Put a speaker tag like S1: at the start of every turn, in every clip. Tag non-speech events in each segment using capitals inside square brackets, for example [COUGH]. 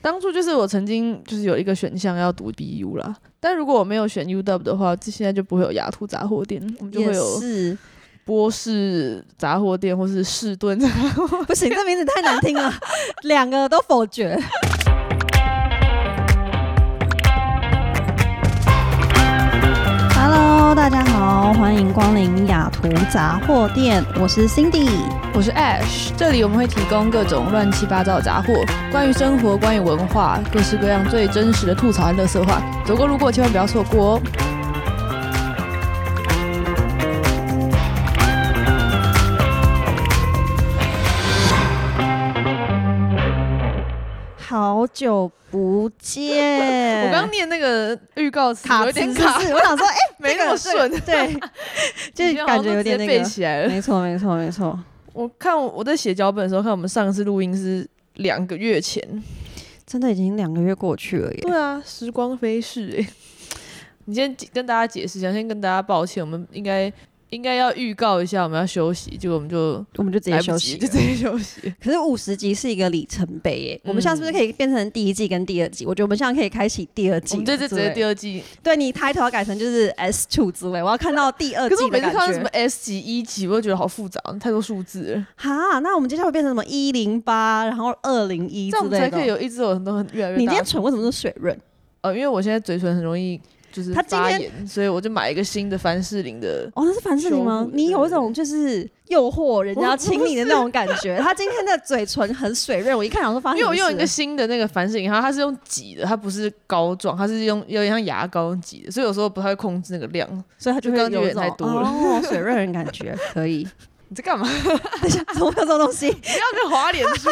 S1: 当初就是我曾经就是有一个选项要读 BU 啦，但如果我没有选 UW 的话，这现在就不会有雅图杂货店，我们就
S2: 也
S1: 会有
S2: 是，
S1: 波士杂货店或是士顿 [LAUGHS] 杂货店。
S2: [LAUGHS] 不行，这名字太难听了，两个都否决。Hello，大家好，欢迎光临雅图杂货店，我是 Cindy。
S3: 我是 Ash，这里我们会提供各种乱七八糟的杂货，关于生活，关于文化，各式各样最真实的吐槽和乐色话。走过路过千万不要错过哦！
S2: 好久不见，
S3: 呃
S1: 我刚念那个预告词
S2: 卡
S1: 有点
S2: 词是
S1: 卡
S2: 不，是我想
S1: [LAUGHS]
S2: 说，哎、
S1: 没那么
S2: 这个
S1: 顺， [LAUGHS]
S2: 对，
S1: 你
S2: 就
S1: 这样
S2: 感觉有点
S1: 好像都直接
S2: 那
S1: 背
S2: 个。
S1: 起来了。
S2: [LAUGHS] 没错，没错，没错。
S1: 我看我在写脚本的时候，看我们上次录音是两个月前。
S2: 真的已经两个月过去了耶。
S1: 对啊，时光飞逝 [LAUGHS] 哎、你先解跟大家解释一下，先跟大家抱歉，我们应该应该要预告一下我们要休息，结果我们就
S2: 我们就直
S1: 来
S2: 接
S1: 不及
S2: 休息
S1: 就
S2: 了。
S1: 直接休 [LAUGHS] 息。
S2: 可是五十集是一个里程碑耶，
S1: 嗯
S2: 我们现在是不是可以变成第一季跟第二季？我觉得我们现在可以开启第二季
S1: 我们
S2: 了。
S1: 这次直接第
S2: 二，
S1: 二季，
S2: 对你 title 要改成就是 S two 之类，我要看到第二
S1: 可是
S2: 季
S1: 我每
S2: 的
S1: 次
S2: 感
S1: 看到什么
S2: 觉。
S1: S 级、E 级，我就觉得好复杂，太多数字了，
S2: 哈，那我们接下来会变成什么一零八，然后二零一
S1: 这
S2: 之
S1: 样我们
S2: 类
S1: 才可以
S2: 的。
S1: 有一直有很多很越来越大的。
S2: 你今天唇为什么是水润？
S1: 呃，因为我现在嘴唇很容易就是
S2: 他今
S1: 发
S2: 天
S1: 炎，所以我就买一个新的凡士林的。
S2: 哦，那是凡士林
S1: 修
S2: 吗
S1: 护？的
S2: 你有一
S1: 对对
S2: 种就是诱惑人家
S1: 我
S2: 要亲你的那种感
S1: [LAUGHS]
S2: 觉。他今天的嘴唇很水润，我一看想说发
S1: 因
S2: 生
S1: 为
S2: 什
S1: 我
S2: 么事了。
S1: 用一个新的那个凡士林，它它是用挤的，它不是膏状，它是用有点像牙膏挤的，所以有时候不太会控制那个量。
S2: 所以他就会
S1: 就刚刚
S2: 有
S1: 有
S2: 一种
S1: 点太多了
S2: 哦，水润的感觉可
S1: [LAUGHS]
S2: 以。
S1: 你在干嘛？
S2: 等一下，怎么会有这种东西？
S1: 不要跟滑脸书。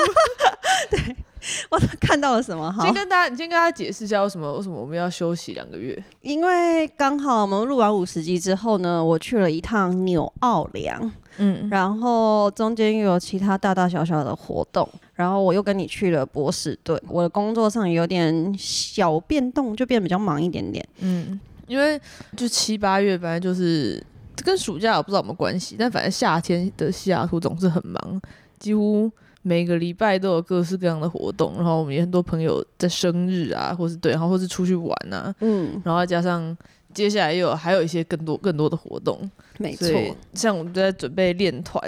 S2: 我看到了什么？ [LAUGHS] 好
S1: 先，跟大家，你先跟大家解释一下为什么为什么我们要休息两个月。
S2: 因为刚好我们录完五十集之后呢，我去了一趟纽奥良，
S1: 嗯，
S2: 然后中间又有其他大大小小的活动，然后我又跟你去了波士顿。我的工作上有点小变动，就变得比较忙一点点。
S1: 嗯，因为就七八月本来就是这跟暑假我不知道有没有关系，但反正夏天的西雅图总是很忙，几乎每个礼拜都有各式各样的活动，然后我们也很多朋友在生日啊，或是对，然后或是出去玩啊，
S2: 嗯，
S1: 然后加上。接下来又有还有一些更多更多的活动，
S2: 没错
S1: 所。以像我们都在准备练团，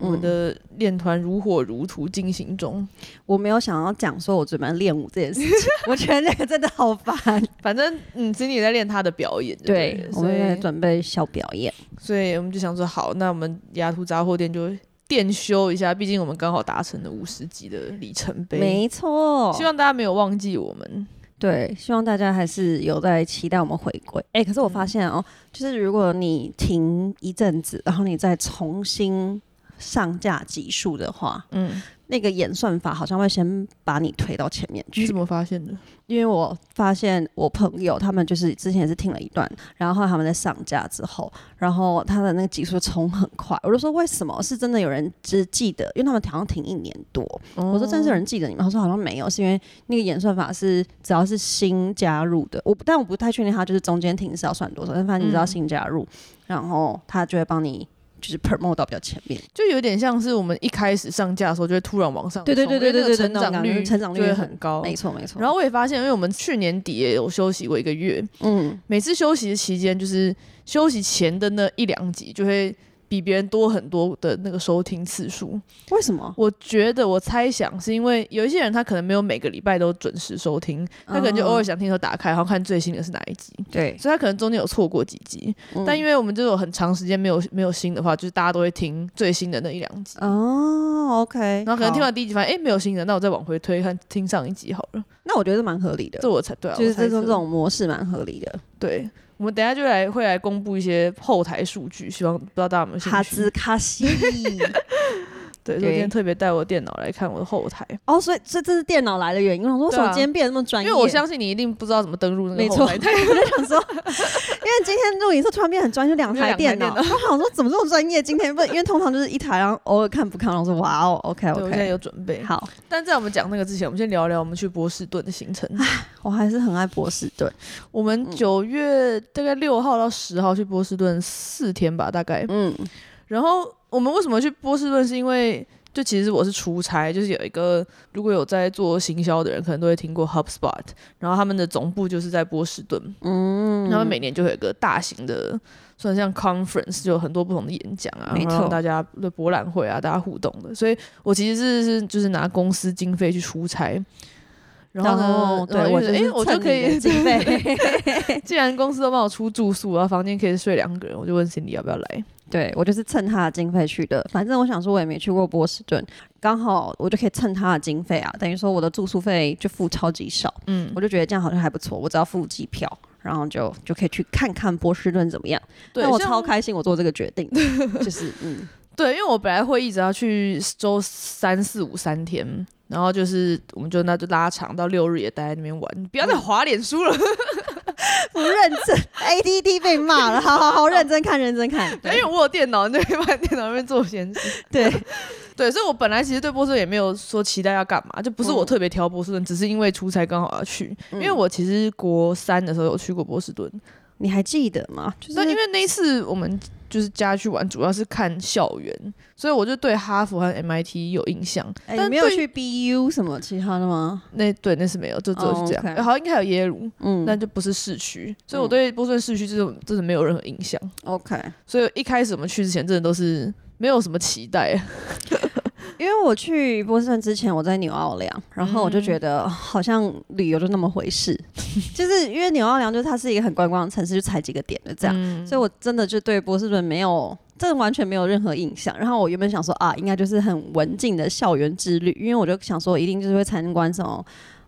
S1: 我们
S2: 嗯
S1: 的练团如火如荼进行中。
S2: 我没有想要讲说我准备练舞这件事情，我觉得那个真的好烦。
S1: 反正嗯，Cindy 也在练她的表演就 [LAUGHS] 对
S2: 对
S1: 了，
S2: 我
S1: 所
S2: 们在
S1: 以
S2: 准备小表演。
S1: 所以我们就想说，好，那我们雅图杂货店就电修一下，毕竟我们刚好达成了五十集的里程碑。
S2: 没错，
S1: 希望大家没有忘记我们。
S2: 对，希望大家还是有在期待我们回归。哎、可是我发现哦，就是如果你停一阵子，然后你再重新上架集数的话，
S1: 嗯，
S2: 那个演算法好像会先把你推到前面
S1: 你
S2: 去
S1: 怎。么发现的？
S2: 因为我发现我朋友他们就是之前也是听了一段，然后后来他们在上架之后，然后他的那个集数冲很快，我就说为什么是真的有人只记得，因为他们好像停一年多，
S1: 哦
S2: 我说真是有人记得你们，他说好像没有，是因为那个演算法是只要是新加入的，我不但我不太确定他就是中间停是要算多少，但反正你只要
S1: 嗯
S2: 新加入，然后他就会帮你就是 promote 到比较前面。
S1: 就有点像是我们一开始上架的时候，就会突然往上冲，
S2: 对对对对
S1: 因为那个
S2: 对对对
S1: 成长
S2: 那种感觉
S1: 率
S2: 成长率
S1: 就会
S2: 很
S1: 很高。
S2: 没错没错。
S1: 哦然后我也发现，因为我们去年底也有休息过一个月，
S2: 嗯，
S1: 每次休息的期间，就是休息前的那一两集，就会比别人多很多的那个收听次数。
S2: 为什么？
S1: 我觉得我猜想是因为有一些人他可能没有每个礼拜都准时收听，他可能就偶
S2: 哦
S1: 尔想听的时候打开，然后看最新的是哪一集，
S2: 对，
S1: 所以他可能中间有错过几集。
S2: 嗯
S1: 但因为我们这种很长时间没有没有新的话，就是大家都会听最新的那一两集。
S2: 哦，OK，
S1: 然后可能听
S2: 哎好
S1: 完第一集发现，哎、没有新的，那我再往回推看听上一集好了。
S2: 那我觉得蛮合理的
S1: 这，我才对啊，
S2: 就是
S1: 我猜
S2: 这种
S1: 测
S2: 这种模式蛮合理的。
S1: 对。我们等一下就来会来公布一些后台数据，希望不知道大家有没有兴
S2: 哈
S1: 趣
S2: 兹。卡西， [LAUGHS]
S1: 对，所以我今天
S2: 对
S1: 特别带我电脑来看我的后台，
S2: 哦，所以这这是电脑来的原因。我想说，为什
S1: 对
S2: 么
S1: 啊
S2: 今天变得那么专
S1: 因
S2: 业？
S1: 为我相信你一定不知道怎么登录那
S2: 没
S1: 个
S2: 错，
S1: 后
S2: 我 [LAUGHS]
S1: 台。
S2: 就想说，因为今天录影是突然变很专业，就两台电脑，
S1: 就
S2: 我想说怎么这么专业？今天不，因为通常就是一台，然后偶尔看不看，然后说哇哦，OK
S1: 对，我现在
S2: OK，
S1: 有准备。
S2: 好，
S1: 但在我们讲那个之前，我们先聊聊我们去波士顿的行
S2: 嗯
S1: 程。
S2: 我还是很爱波士顿，
S1: 我们
S2: 嗯
S1: 九月大概六号到十号去波士顿四天吧，大概。
S2: 嗯，
S1: 然后我们为什么去波士顿？是因为就其实我是出差，就是有一个如果有在做行销的人，可能都会听过 HubSpot，然后他们的总部就是在波士顿，
S2: 嗯，
S1: 他们每年就会有一个大型的，算像 conference，就有很多不同的演讲啊，
S2: 没
S1: 然后
S2: 错
S1: 大家的博览会啊，大家互动的。所以我其实是是就是拿公司经费去出差，然后
S2: 然
S1: 呢
S2: 后，对
S1: 我
S2: 我
S1: 就哎、
S2: 是
S1: 我就
S2: 蹭
S1: 可
S2: 你的
S1: 以，
S2: 经
S1: [LAUGHS]
S2: 费，[LAUGHS]
S1: 既然公司都帮我出住宿，然后房间可以睡两个人，我就问 Cindy 要不要来。
S2: 对我就是蹭他的经费去的。反正我想说，我也没去过波士顿，刚好我就可以蹭他的经费啊，等于说我的住宿费就付超级少，
S1: 嗯，
S2: 我就觉得这样好像还不错，我只要付机票。然后就就可以去看看波士顿怎么样。
S1: 对，
S2: 那我
S1: 像
S2: 超开心，我做这个决定， [LAUGHS] 就是嗯，
S1: 对，因为我本来会一直要去周三四五三天，然后就是我们就那就拉长到六日也待在那边玩，不要再
S2: 嗯
S1: 滑脸书了。 [LAUGHS]
S2: 不认真，ADD 被骂了，好好好，认真看，认真看，
S1: 因为我有电脑，你就可以把电脑那边做闲事。
S2: [LAUGHS] 对，
S1: [LAUGHS] 对，所以我本来其实对波士顿也没有说期待要干嘛，就不是我特别挑波士顿，只是因为出差刚好要去。因为
S2: 嗯
S1: 我其实国三的时候有去过波士顿，
S2: 你还记得吗？就
S1: 那
S2: 是
S1: 因为那一次我们就是家去玩，主要是看校园，所以我就对哈佛和 MIT 有印象。
S2: 哎
S1: 但
S2: 你没有
S1: 对
S2: 去 BU 什么其他的吗？
S1: 那对那是没有，就只有是这样。
S2: 哦，OK
S1: 好像应该还有耶鲁，
S2: 嗯
S1: 但就不是市区，所以我对波士顿市区这种真的没有任何印象。
S2: OK，
S1: 所以一开始我们去之前，真的都是没有什么期待。 [LAUGHS]
S2: 因为我去波士顿之前，我在纽奥良，然后我就觉得哦好像旅游就那么回事， [LAUGHS] 就是因为纽奥良就是它是一个很观光的城市，就踩几个点就这样，所以我真的就对波士顿没有。真的完全没有任何印象。然后我原本想说啊，应该就是很文静的校园之旅，因为我就想说一定就是会参观什么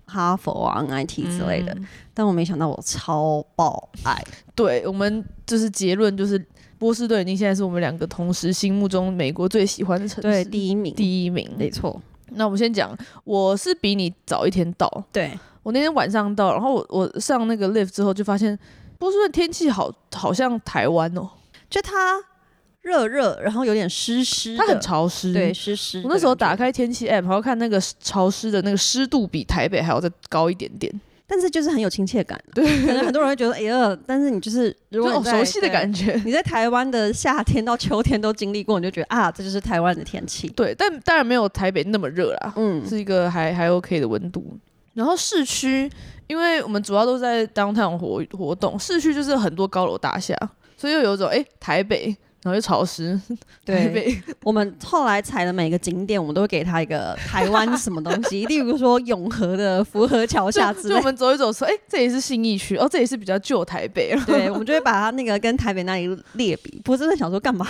S2: 哈佛啊、MIT 之类的。但我没想到我超爆爱，
S1: 对我们就是结论就是，波士顿已经现在是我们两个同时心目中美国最喜欢的城
S2: 对，
S1: 市，
S2: 第一名，
S1: 第一
S2: 没
S1: 名。
S2: 错，
S1: 那我们先讲，我是比你早一天到，
S2: 对，
S1: 我那天晚上到，然后我我上那个 live 之后就发现，波士顿天气好好像台湾哦，
S2: 就它热热，然后有点湿湿的，
S1: 它很潮湿，
S2: 对，。湿湿的
S1: 我
S2: 感觉。
S1: 那时候打开天气 app，然后看那个潮湿的那个湿度比台北还要再高一点点，
S2: 但是就是很有亲切感。对，可能很多人会觉得哎呀，但是你就是如
S1: 就
S2: 果
S1: 好
S2: 你在
S1: 熟悉的感。觉
S2: 对。你在台湾的夏天到秋天都经历过，你就觉得啊，这就是台湾的天气。
S1: [LAUGHS] 对，但当然没有台北那么热啦，
S2: 嗯，
S1: 是一个还还 OK 的温度。然后市区，因为我们主要都在 downtown 活活动，市区就是很多高楼大厦，所以又有一种哎、诶台北，然后又潮湿，台
S2: 对。
S1: 北
S2: 我们后来踩的每个景点，我们都会给它一个台湾什么东西，例如说永和的福和桥下
S1: [LAUGHS] 就
S2: 之
S1: 就
S2: 类
S1: 我。们走一走说哎、诶这里是信义区，哦这里是比较旧台北，
S2: 对，我们就会把它那个跟台北那里列比，不是真的想
S1: [LAUGHS]
S2: 说干嘛，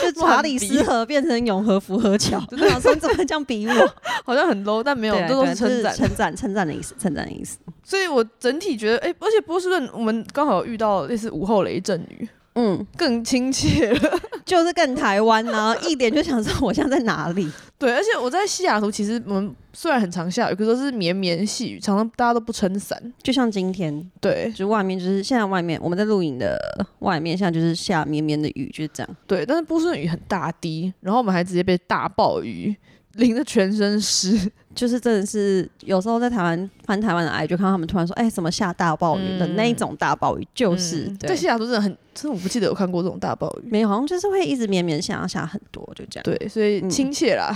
S2: 就查理斯河变成永和福
S1: [LAUGHS]
S2: 和桥，就想说你怎么会这样比我？
S1: [LAUGHS] 好像很 low，但没有，
S2: 对
S1: 这都
S2: 对
S1: 啊是称赞
S2: 这。是称赞，称赞的意思，称赞的意思。
S1: 所以我整体觉得哎、诶而且波士顿我们刚好遇到类似午后雷阵雨，
S2: 嗯，
S1: 更亲切了。
S2: 就是更台湾呢、一点就想说我现在在哪里？ [LAUGHS]
S1: 对，而且我在西雅图，其实我们虽然很常下雨，可是都是绵绵细雨，常常大家都不撑伞。
S2: 就像今天，
S1: 对，
S2: 就是外面就是现在外面我们在录影的外面，现在就是下绵绵的雨，就是这样。
S1: 对，但是波士顿雨很大滴，然后我们还直接被大暴雨淋得全身湿。
S2: 就是真的是有时候在台湾翻台湾的 I，就看到他们突然说，哎、什么下大暴雨的、
S1: 嗯
S2: 那一种大暴雨，就是、
S1: 嗯在
S2: 对
S1: 西，雅图真的很，真的我不记得有看过这种大暴雨。
S2: 没有，好像就是会一直绵绵下下很多，就这
S1: [LAUGHS]
S2: 样。
S1: 对，所以
S2: 嗯
S1: 亲切啦，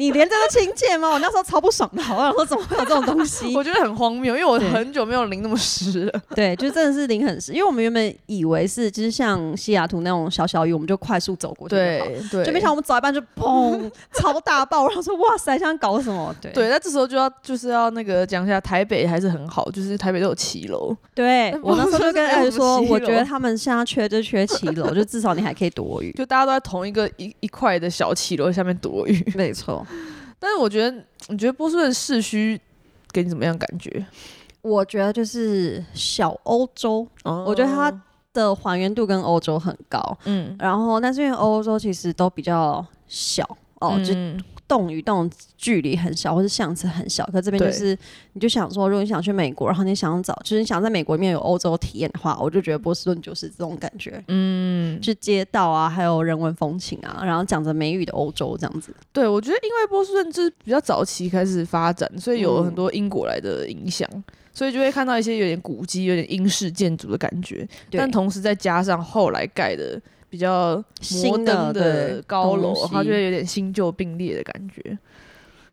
S2: 你连这都亲切吗？我那时候超不爽的，我想说怎么会有这种东
S1: [LAUGHS]
S2: 西？
S1: 我觉得很荒谬，因为我
S2: 对
S1: 很久没有淋那么湿了。
S2: 对，就真的是淋很湿，因为我们原本以为是就是像西雅图那种小小雨，我们就快速走过去就好了。
S1: 对对，
S2: 就没想到我们走一半就砰，超大爆，然后说哇塞，现在搞什么？ [LAUGHS] 对
S1: 对，那这时候就要就是要那个讲一下，台北还是很好，就是台北都有骑楼，
S2: 对，我那时候就跟艾瑞说，
S1: 我们
S2: 我
S1: 是不是没有骑楼
S2: 觉得他们现在缺就缺骑楼，就至少你还可以躲 [LAUGHS] 雨。
S1: 就大家都在同一个一一块的小骑楼下面躲雨。
S2: 没错，
S1: 但是我觉得，你觉得波士顿市区给你怎么样感觉？
S2: 我觉得就是小欧洲我觉得它
S1: 哦
S2: 的还原度跟欧洲很高，
S1: 嗯
S2: 然后但是因为欧洲其实都比较小哦，就
S1: 嗯
S2: 动与动距离很小，或是巷子很小。可这边就
S1: 对
S2: 是，你就想说，如果你想去美国，然后你想找，就是你想在美国里面有欧洲体验的话，我就觉得波士顿就是这种感觉，
S1: 嗯，
S2: 就街道啊，还有人文风情啊，然后讲着美语的欧洲这样子。
S1: 对，我觉得因为波士顿是比较早期开始发展，所以有
S2: 嗯
S1: 很多英国来的影响，所以就会看到一些有点古迹、有点英式建筑的感觉，
S2: 对
S1: 但同时再加上后来盖的比较摩
S2: 新
S1: 登
S2: 对
S1: 高楼，
S2: 东西
S1: 它就会有点新旧并列的感觉。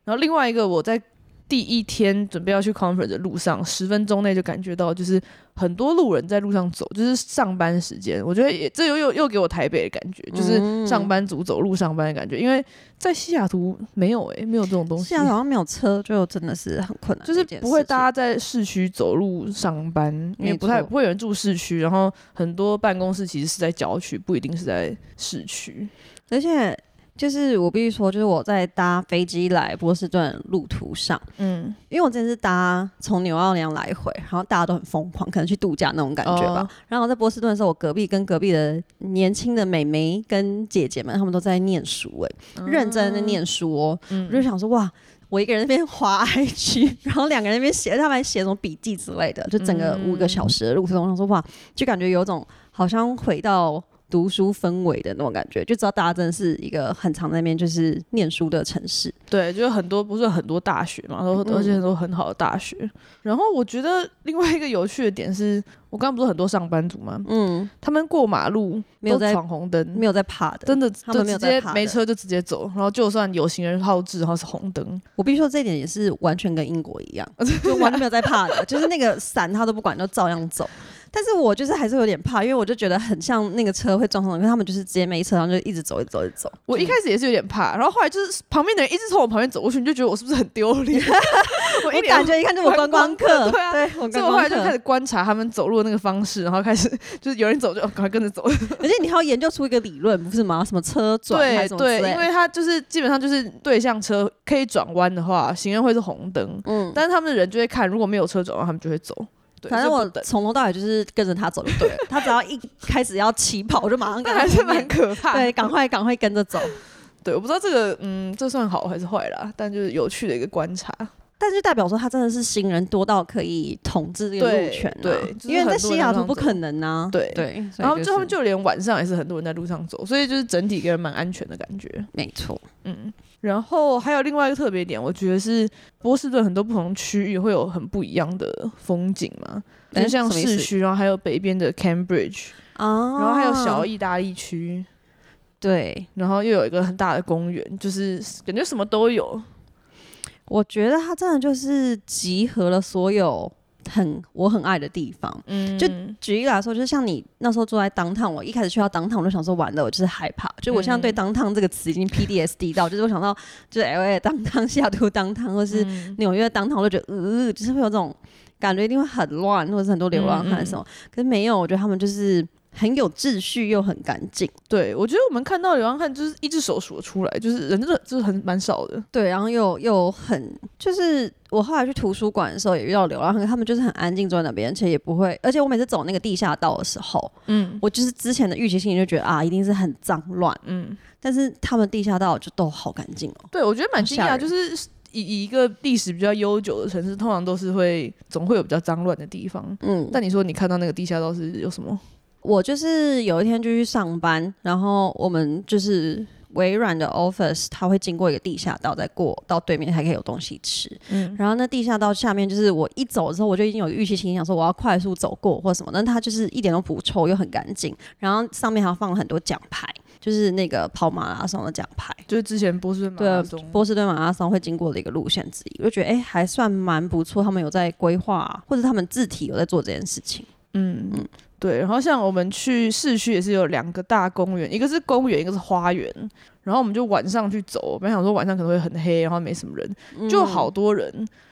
S1: 然后另外一个，我在第一天准备要去 conference 的路上，十分钟内就感觉到，就是很多路人在路上走，就是上班时间。我觉得也这又又又给我台北的感觉，
S2: 嗯
S1: 就是上班族走路上班的感觉。因为在西雅图没有诶、没有这种东西。
S2: 现在好像没有车，就真的是很困难的
S1: 就
S2: 一件
S1: 是
S2: 事情，
S1: 不会大家在市区走路上班，因为
S2: 没
S1: 不太
S2: 错
S1: 不会有人住市区，然后很多办公室其实是在郊区，不一定是在市区。
S2: 而且就是我必须说，就是我在搭飞机来波士顿的路途上，
S1: 嗯，
S2: 因为我之前是搭从纽奥良来回，然后大家都很疯狂，可能去度假那种感觉吧。
S1: 哦
S2: 然后我在波士顿的时候，我隔壁跟隔壁的年轻的美眉跟姐姐们，她们都在念书、哎、认真的念书哦。
S1: 嗯
S2: 我就想说，哇，我一个人在那边滑 IG，然后两个人在那边写，他们还写什么笔记之类的，就整个
S1: 嗯
S2: 五个小时的路程，我想说，哇，就感觉有种好像回到。读书氛围的那种感觉，就知道大家真的是一个很常在那边就是念书的城市。
S1: 对，就是很多不是很多大学嘛，然后
S2: 嗯
S1: 而且很多很好的大学。然后我觉得另外一个有趣的点是，我刚刚不是很多上班族嘛，
S2: 嗯，
S1: 他们过马路
S2: 没有
S1: 都
S2: 在
S1: 闯红灯。
S2: 没有在怕的，
S1: 真的
S2: 他
S1: 就
S2: 们
S1: 直
S2: 没有
S1: 接
S2: 在怕的
S1: 没车就直接走，然后就算有行人好志，然后是红灯，
S2: 我必须说这一点也是完全跟英国
S1: [LAUGHS]
S2: 一样，就完全没有在怕的，就是那个伞他都不管，就照样走。但是我就是还是有点怕，因为我就觉得很像那个车会撞上人，可是他们就是直接没车，然后就一直走，一直走，一直走。
S1: 我一开始也是有点怕，然后后来就是旁边的人一直从我旁边走过去，你就觉得我是不是很丢
S2: [LAUGHS]
S1: 脸？我一
S2: 我
S1: 脸
S2: 感觉一看就我观光客，
S1: 观光客对啊
S2: 对
S1: 所
S2: 我观
S1: 以我后
S2: 光
S1: 来就开
S2: 客
S1: 始。观察他们走路的那个方式，然后开始就是有人走就哦赶快跟着走。
S2: 而且你还要研究出一个理论，不是吗？什么车转
S1: 对
S2: 还是什么之
S1: 对，
S2: 类的
S1: 因为他就是基本上就是对向车可以转弯的话，行人会是红灯，
S2: 嗯，
S1: 但是他们的人就会看，如果没有车转弯，他们就会走。对，
S2: 反正
S1: 就
S2: 我
S1: 不等，
S2: 从头到尾就是跟着他走就对
S1: [LAUGHS]
S2: 了。他只要一开始要起跑，我就马上跟
S1: 但
S2: 他
S1: 还是
S2: 后
S1: 蛮
S2: 面，
S1: 可 [LAUGHS] 怕。
S2: 对，赶快赶快跟着走。
S1: 对，我不知道这个嗯，这算好还是坏啦，但就是有趣的一个观察。
S2: 但是就代表说他真的是新人多到可以统治这个路权、啊
S1: 对对就是
S2: 因为在
S1: 很多
S2: 西
S1: 人
S2: 雅
S1: 这
S2: 图
S1: 样
S2: 不可能啊，
S1: 对
S2: 对，
S1: 然后就他们
S2: 就
S1: 就连晚上也是很多人在路上走，所以就是整体给人蛮安全的感觉。
S2: 没错，
S1: 嗯，然后还有另外一个特别点，我觉得是波士顿很多不同区域会有很不一样的风景嘛，就
S2: 诶
S1: 像
S2: 哎什么意思
S1: 市区，然后还有北边的 Cambridge，
S2: 啊
S1: 然后还有小意大利区，
S2: 对，
S1: 然后又有一个很大的公园，就是感觉什么都有。
S2: 我觉得他真的就是集合了所有很我很爱的地方。
S1: 嗯，
S2: 就举例来说，就是像你那时候住在当趟，我一开始去到当趟，我就想说完了，我就是害怕，就我现在对
S1: 嗯
S2: 当趟这个词已经 PDSD 到，就是我想到就是 LA 当趟、西雅图当趟，或是
S1: 嗯
S2: 纽约当堂，我就觉得，呃，就是会有这种感觉，一定会很乱，或者是很多流浪汉什么。可是没有，我觉得他们就是很有秩序又很干净，
S1: 对，我觉得我们看到流浪汉就是一只手数得出来，就是人真的就是很蛮少的。
S2: 对，然后又又很，就是我后来去图书馆的时候也遇到流浪汉，他们就是很安静坐在那边，而且也不会，而且我每次走那个地下道的时候，
S1: 嗯
S2: 我就是之前的预期心理就觉得啊，一定是很脏乱，
S1: 嗯，
S2: 但是他们地下道就都好干净哦。
S1: 对，我觉得蛮惊
S2: 好吓
S1: 讶，
S2: 人
S1: 就是以以一个历史比较悠久的城市，通常都是会总会有比较脏乱的地方。
S2: 嗯，
S1: 但你说你看到那个地下道是有什么？
S2: 我就是有一天就去上班，然后我们就是微软的 office，它会经过一个地下道，再过到对面才可以有东西吃。
S1: 嗯
S2: 然后那地下道下面就是我一走的时候，我就已经有预期心理想说我要快速走过或什么，但它就是一点都不臭，又很干净。然后上面还放了很多奖牌，就是那个跑马拉松的奖牌。
S1: 就是之前波士顿马
S2: 对
S1: 拉松，
S2: 波士顿马拉松会经过的一个路线之一，我就觉得哎、诶还算蛮不错，他们有在规划，啊或者他们字体有在做这件事情。
S1: 嗯
S2: 嗯
S1: 嗯，对。然后像我们去市区也是有两个大公园，一个是公园，一个是花园。然后我们就晚上去走，本来想说晚上可能会很黑，然后没什么人，就
S2: 嗯
S1: 好多人。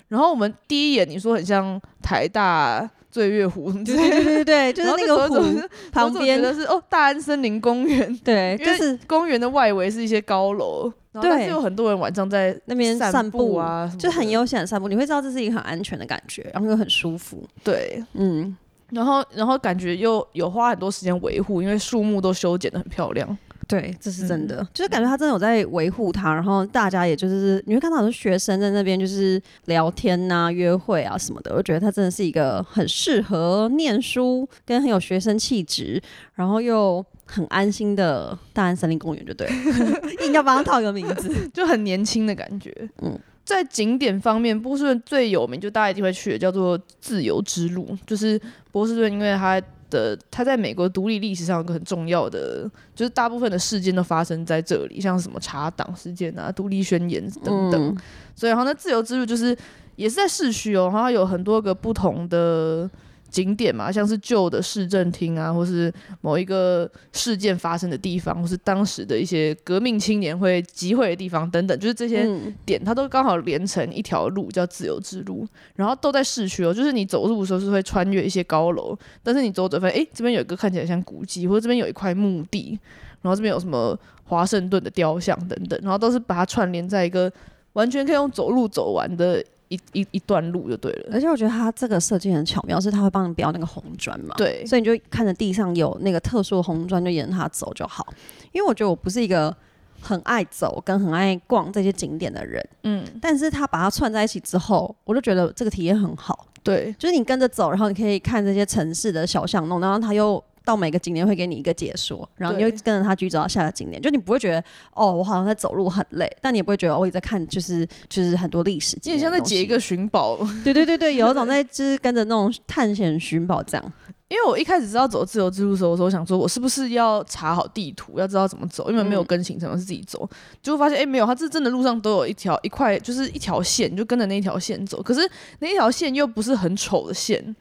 S1: 然后我们第一眼你说很像台大醉月湖
S2: [LAUGHS]
S1: 之类的，
S2: [LAUGHS] 对对对对，就是
S1: 然后
S2: 那
S1: 走
S2: 个
S1: 着走
S2: [LAUGHS] 湖
S1: 着
S2: 旁
S1: 走着
S2: 边
S1: 觉得是哦大安森林公园，
S2: 对，
S1: 因
S2: 就
S1: 为
S2: 是
S1: 公园的外围是一些高楼，然后
S2: 对
S1: 但是有很多人晚上在
S2: 那边散
S1: 散
S2: 步
S1: 啊什么的，
S2: 就很悠闲的散步，你会知道这是一个很安全的感觉，然后又很舒服。
S1: 对。
S2: 嗯，
S1: 然后，然后感觉又有花很多时间维护，因为树木都修剪的很漂亮。
S2: 对，这是真的，嗯就是感觉他真的有在维护它，然后大家也就是你会看到很多学生在那边就是聊天呐、约会啊什么的，我觉得他真的是一个很适合念书跟很有学生气质，然后又。很安心的大安森林公园就对了， [LAUGHS] 硬要帮他套一个名字。
S1: 就很年轻的感觉。
S2: 嗯
S1: 嗯，在景点方面，波士顿最有名就大家一定会去的，叫做自由之路。就是波士顿，因为它的，它在美国独立历史上有个很重要的，就是大部分的事件都发生在这里，像什么查党事件啊、独立宣言等等。
S2: 嗯
S1: 所以，然后呢，自由之路就是也是在市区哦，然后有很多个不同的景点嘛，像是旧的市政厅啊，或是某一个事件发生的地方，或是当时的一些革命青年会集会的地方等等，就是这些
S2: 嗯
S1: 点，它都刚好连成一条路，叫自由之路。然后都在市区哦，就是你走路的时候是会穿越一些高楼，但是你走走发现，诶，这边有一个看起来像古迹，或者这边有一块墓地，然后这边有什么华盛顿的雕像等等，然后都是把它串联在一个完全可以用走路走完的一一一段路就对了。
S2: 而且我觉得它这个设计很巧妙，是它会帮你标那个红砖嘛，
S1: 对，
S2: 所以你就看着地上有那个特殊的红砖，就沿着它走就好。因为我觉得我不是一个很爱走跟很爱逛这些景点的人，
S1: 嗯，
S2: 但是它把它串在一起之后，我就觉得这个体验很好。
S1: 对，
S2: 就是你跟着走，然后你可以看这些城市的小巷弄，然后它又。到每个景点会给你一个解说，然后你就
S1: 对
S2: 跟着它去走到下个景点，就你不会觉得哦，我好像在走路很累，但你也不会觉得哦我也在看，就是就是很多历史
S1: 有
S2: 景
S1: 点
S2: 点
S1: 像
S2: 的
S1: 在
S2: 东西。
S1: 解一个寻宝。
S2: 对对对对，有一种在就是跟着那种探险寻宝这样。
S1: 因为我一开始知道走自由之路的时候，我说我想说我是不是要查好地图，要知道怎么走，因为没
S2: 嗯
S1: 有跟行程，我是自己走，结果发现哎、诶没有，它这真的路上都有一条一块就是一条线，你就跟着那一条线走，可是那一条线又不是很丑的线，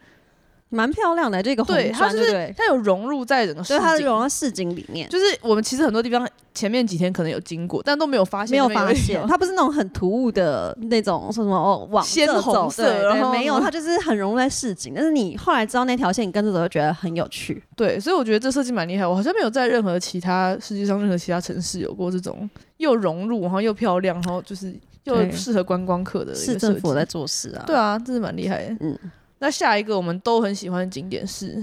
S2: 蛮漂亮的，这个红
S1: 对，它
S2: 砖，
S1: 就
S2: 对不
S1: 是
S2: 对？
S1: 它有融入在整个市
S2: 所以它
S1: 景，
S2: 融到市井里面，
S1: 就是我们其实很多地方前面几天可能有经过，但都没有发现，
S2: 没有发现，
S1: 它
S2: 它不是那种很突兀的那种说什么哦往
S1: 鲜
S2: 这
S1: 红
S2: 走
S1: 色
S2: 对
S1: 然
S2: 对，
S1: 后
S2: 没有，
S1: 呢
S2: 它就是很融入在市井。但是你后来知道那条线，你跟着走就觉得很有趣。
S1: 对，所以我觉得这设计蛮厉害。我好像没有在任何其他世界上任何其他城市有过这种又融入，然后又漂亮，然后就是又
S2: 对
S1: 适合观光客的一个
S2: 市
S1: 设
S2: 政
S1: 计
S2: 府在做事啊。
S1: 对啊，真的蛮厉害的。
S2: 嗯
S1: 那下一个我们都很喜欢的景点是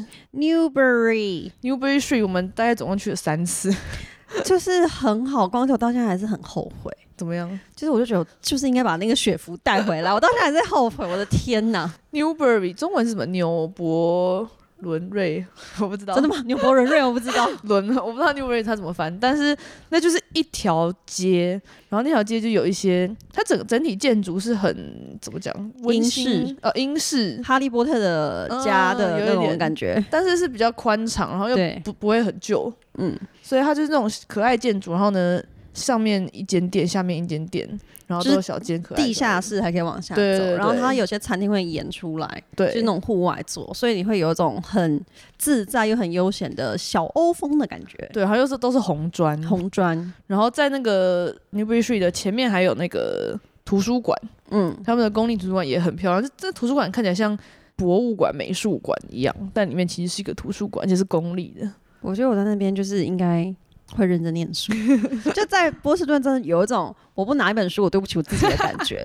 S2: ，Newbury
S1: Newbury Street，我们大概总共去了三次， [LAUGHS]
S2: 就是很好逛，而且我到现在还是很后悔。
S1: 怎么样
S2: 就是我就觉得，就是应该把那个雪服带回来。我到现在还在后悔，我的天哪！
S1: ？Newbury 中文是什么？纽伯伦瑞， [LAUGHS] 我不知道，
S2: 真的吗？纽伯伦瑞我不知道。
S1: 伦，我不知道 Newbury 它怎么翻，但是那就是一条街，然后那条街就有一些，它整个整体建筑是很怎么讲，温馨
S2: 英式
S1: 呃英式，
S2: 哈利波特的家
S1: 嗯有
S2: 的
S1: 一
S2: 那种
S1: 点
S2: 感觉，
S1: 但是是比较宽敞，然后又
S2: 对，
S1: 不不会很旧，
S2: 嗯，
S1: 所以它就是那种可爱建筑，然后呢上面一间店，下面一间店，然后都
S2: 就是
S1: 有小间可爱的，
S2: 地下室还可以往下走，
S1: 对对对
S2: 然后它有些餐厅会演出来，
S1: 对，
S2: 就是那种户外做，所以你会有一种很自在又很悠闲的小欧风的感觉。
S1: 对，还有是都是红砖，
S2: 红砖，
S1: 然后在那个 Newbury Street 的前面还有那个图书馆。
S2: 嗯，
S1: 他们的公立图书馆也很漂亮，这这图书馆看起来像博物馆、美术馆一样，但里面其实是一个图书馆，而且是公立的。
S2: 我觉得我在那边就是应该。会认真念书， [LAUGHS] 就在波士顿，真的有一种我不拿一本书，我对不起我自己的感 [LAUGHS] 觉。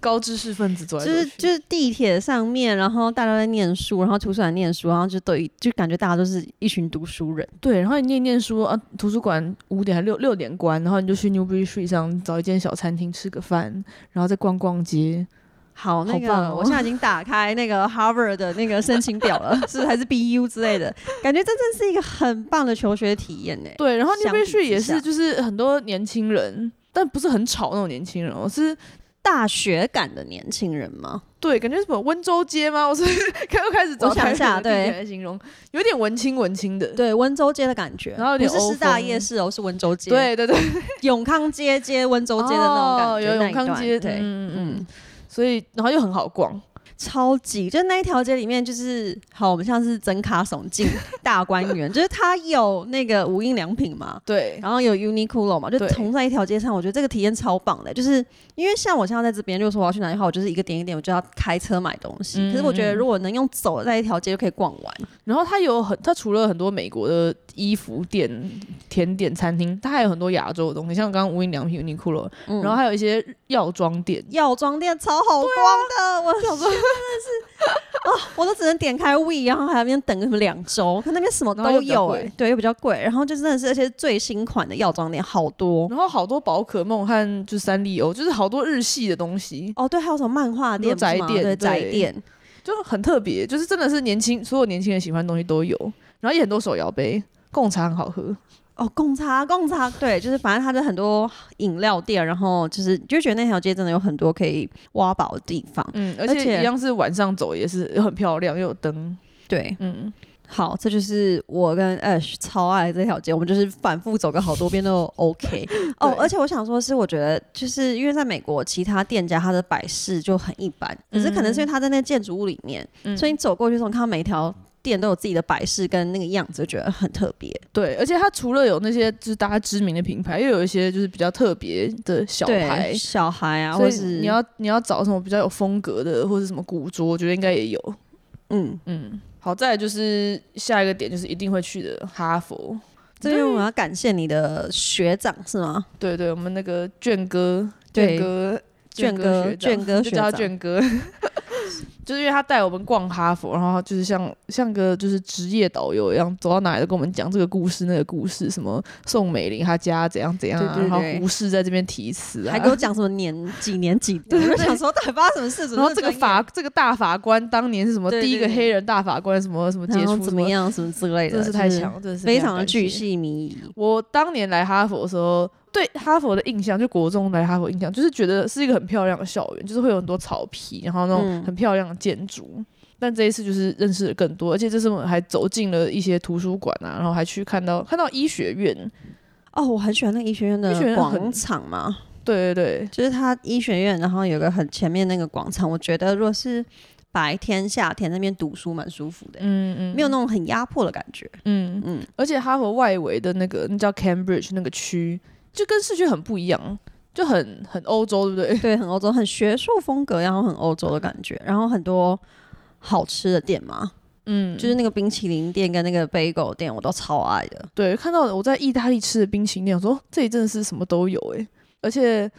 S1: 高知识分子走
S2: 就
S1: 来
S2: 是
S1: 走去
S2: 就是地铁上面，然后大家都在念书，然后图书馆念书，然后就都一就感觉大家都是一群读书人。
S1: 对，然后你念念书啊，图书馆五点还六六点关，然后你就去 Newbury Street 上找一间小餐厅吃个饭，然后再逛逛街。
S2: 好，那
S1: 好
S2: 个、
S1: 棒哦
S2: 我现在已经打开那个 Harvard 的那个申请表了， [LAUGHS] 是还是 BU 之类的，感觉这真是一个很棒的求学体验欸呢。
S1: 对，然后
S2: 相比
S1: Newbury
S2: 之
S1: Street 也
S2: 下
S1: 是，就是很多年轻人，但不是很吵那种年轻人哦，是
S2: 大学感的年轻人吗？
S1: 对，感觉是什么温州街吗？我 [LAUGHS] 是开又开始
S2: 我
S1: 找
S2: 想
S1: 台
S2: 一下
S1: 北的地点
S2: 对
S1: 来形容，有点文青文青的。
S2: 对，温州街的感觉，
S1: 然后有
S2: 不
S1: 点
S2: 是
S1: 欧
S2: 师大
S1: 风
S2: 夜市哦，是温州街，，
S1: 对对对，
S2: 永康街接温州街的那种感觉，
S1: 哦、有
S2: 那
S1: 永
S2: 一
S1: 康
S2: 段
S1: 街，
S2: 对，
S1: 嗯嗯
S2: 嗯
S1: 嗯，，所以然后又很好逛，
S2: 超级，就那一条街里面，就是好，我们像是真卡耸进 [LAUGHS] 大观园，就是它有那个无印良品嘛，
S1: 对，
S2: 然后有 Uniqlo 嘛，就
S1: 对
S2: 同在一条街上，我觉得这个体验超棒的。就是因为像我现在在这边，就是说我要去哪里的话，我就是一个点一个点，我就要开车买东西。
S1: 嗯
S2: 可是我觉得如果能用走的在一条街就可以逛完，
S1: 然后它有很，它除了很多美国的衣服店、甜点餐厅，它还有很多亚洲的东西，像刚刚无印良品、Uniqlo，、
S2: 嗯、
S1: 然后还有一些药妆店。
S2: 药妆店超好逛的，我
S1: 啊药妆，
S2: 我都只能点开 We，然后还要那边等个什么两周，可那边什么
S1: 然后
S2: 都
S1: 又比较
S2: 有、
S1: 贵
S2: 欸，对，又比较贵，然后就真的是而且最新款的药妆店好多。
S1: 然后好多宝可梦和就是三丽鸥，就是好多日系的东西，
S2: 哦，对，还有什么漫画
S1: 很多
S2: 店、
S1: 宅
S2: 不是吗
S1: 店
S2: 对宅
S1: 对
S2: 店，
S1: 就很特别，就是真的是年轻，所有年轻人喜欢的东西都有，然后也很多手摇杯，贡茶很好喝。
S2: 哦，贡茶，贡茶，对，就是反正它的很多饮料店，然后就是你就觉得那条街真的有很多可以挖宝的地方。
S1: 嗯，而
S2: 而且
S1: 且一样是晚上走也是很漂亮，又有灯。
S2: 对，
S1: 嗯，
S2: 好，这就是我跟 Ash 超爱这条街，我们就是反复走个好多遍都
S1: [LAUGHS]
S2: OK 哦。而且我想说，是我觉得就是因为在美国，其他店家它的摆饰就很一般，可是可能是因为它在那建筑物里面，
S1: 嗯
S2: 所以你走过去的时候，看到每一条店都有自己的摆饰跟那个样子，就觉得很特别。
S1: 对，而且它除了有那些就是大家知名的品牌，又有一些就是比较特别的小牌
S2: 对，。小孩啊，
S1: 所
S2: 或
S1: 以
S2: 是
S1: 你要你要找什么比较有风格的，或者什么古着，我觉得应该也有。
S2: 嗯，
S1: 嗯，好，再来就是下一个点就是一定会去的哈佛。
S2: 这边我们要感谢你的学长是吗？
S1: 对对，我们那个卷哥，
S2: 对
S1: 卷哥，
S2: 卷
S1: 哥，
S2: 哥卷
S1: [LAUGHS]
S2: 哥
S1: 就
S2: 学
S1: 叫他
S2: 长，
S1: 卷哥。就是因为他带我们逛哈佛，然后就是像像个就是职业导游一样，走到哪里都跟我们讲这个故事那个故事，什么宋美龄她家怎样怎样、啊，
S2: 对对对
S1: 然后胡适在这边题词啊，
S2: 还给我讲什么年几年 [LAUGHS] 几年，我就想说到底发生什么事？怎
S1: 然
S2: 么
S1: 后这个
S2: 专业
S1: 法这个大法官当年是什么
S2: 对对
S1: 第一个
S2: 对
S1: 黑人大法官什么什么杰
S2: 然后
S1: 出
S2: 怎
S1: 什
S2: 么，样什么之类的，
S1: 真的是太
S2: 就是
S1: 强，了，真的是
S2: 非
S1: 非常
S2: 常的
S1: 感
S2: 巨
S1: 谢。
S2: 细靡遗。
S1: 我当年来哈佛的时候，对哈佛的印象，就国中来哈佛印象，就是觉得是一个很漂亮的校园，就是会有很多草皮，然后那
S2: 嗯
S1: 种很漂亮的建筑。但这一次就是认识了更多，而且这次我们还走进了一些图书馆啊，然后还去看到看到医学院，
S2: 哦，我很喜欢那个医学院
S1: 医学
S2: 的
S1: 院很
S2: 广场嘛，
S1: 对对对，
S2: 就是它医学院，然后有个很前面那个广场，我觉得如果是白天夏天那边读书蛮舒服的，
S1: 嗯嗯，
S2: 没有那种很压迫的感觉。
S1: 嗯
S2: 嗯
S1: 嗯，而且哈佛外围的那个那叫 Cambridge 那个区，就跟市区很不一样，就很很欧洲，对不对？
S2: 对，很欧洲，很学术风格，然后很欧洲的感觉，然后很多好吃的店嘛，
S1: 嗯，
S2: 就是那个冰淇淋店跟那个 bagel 店，我都超爱的。
S1: 对，看到我在意大利吃的冰淇淋店，我说哦这里真的是什么都有诶、而且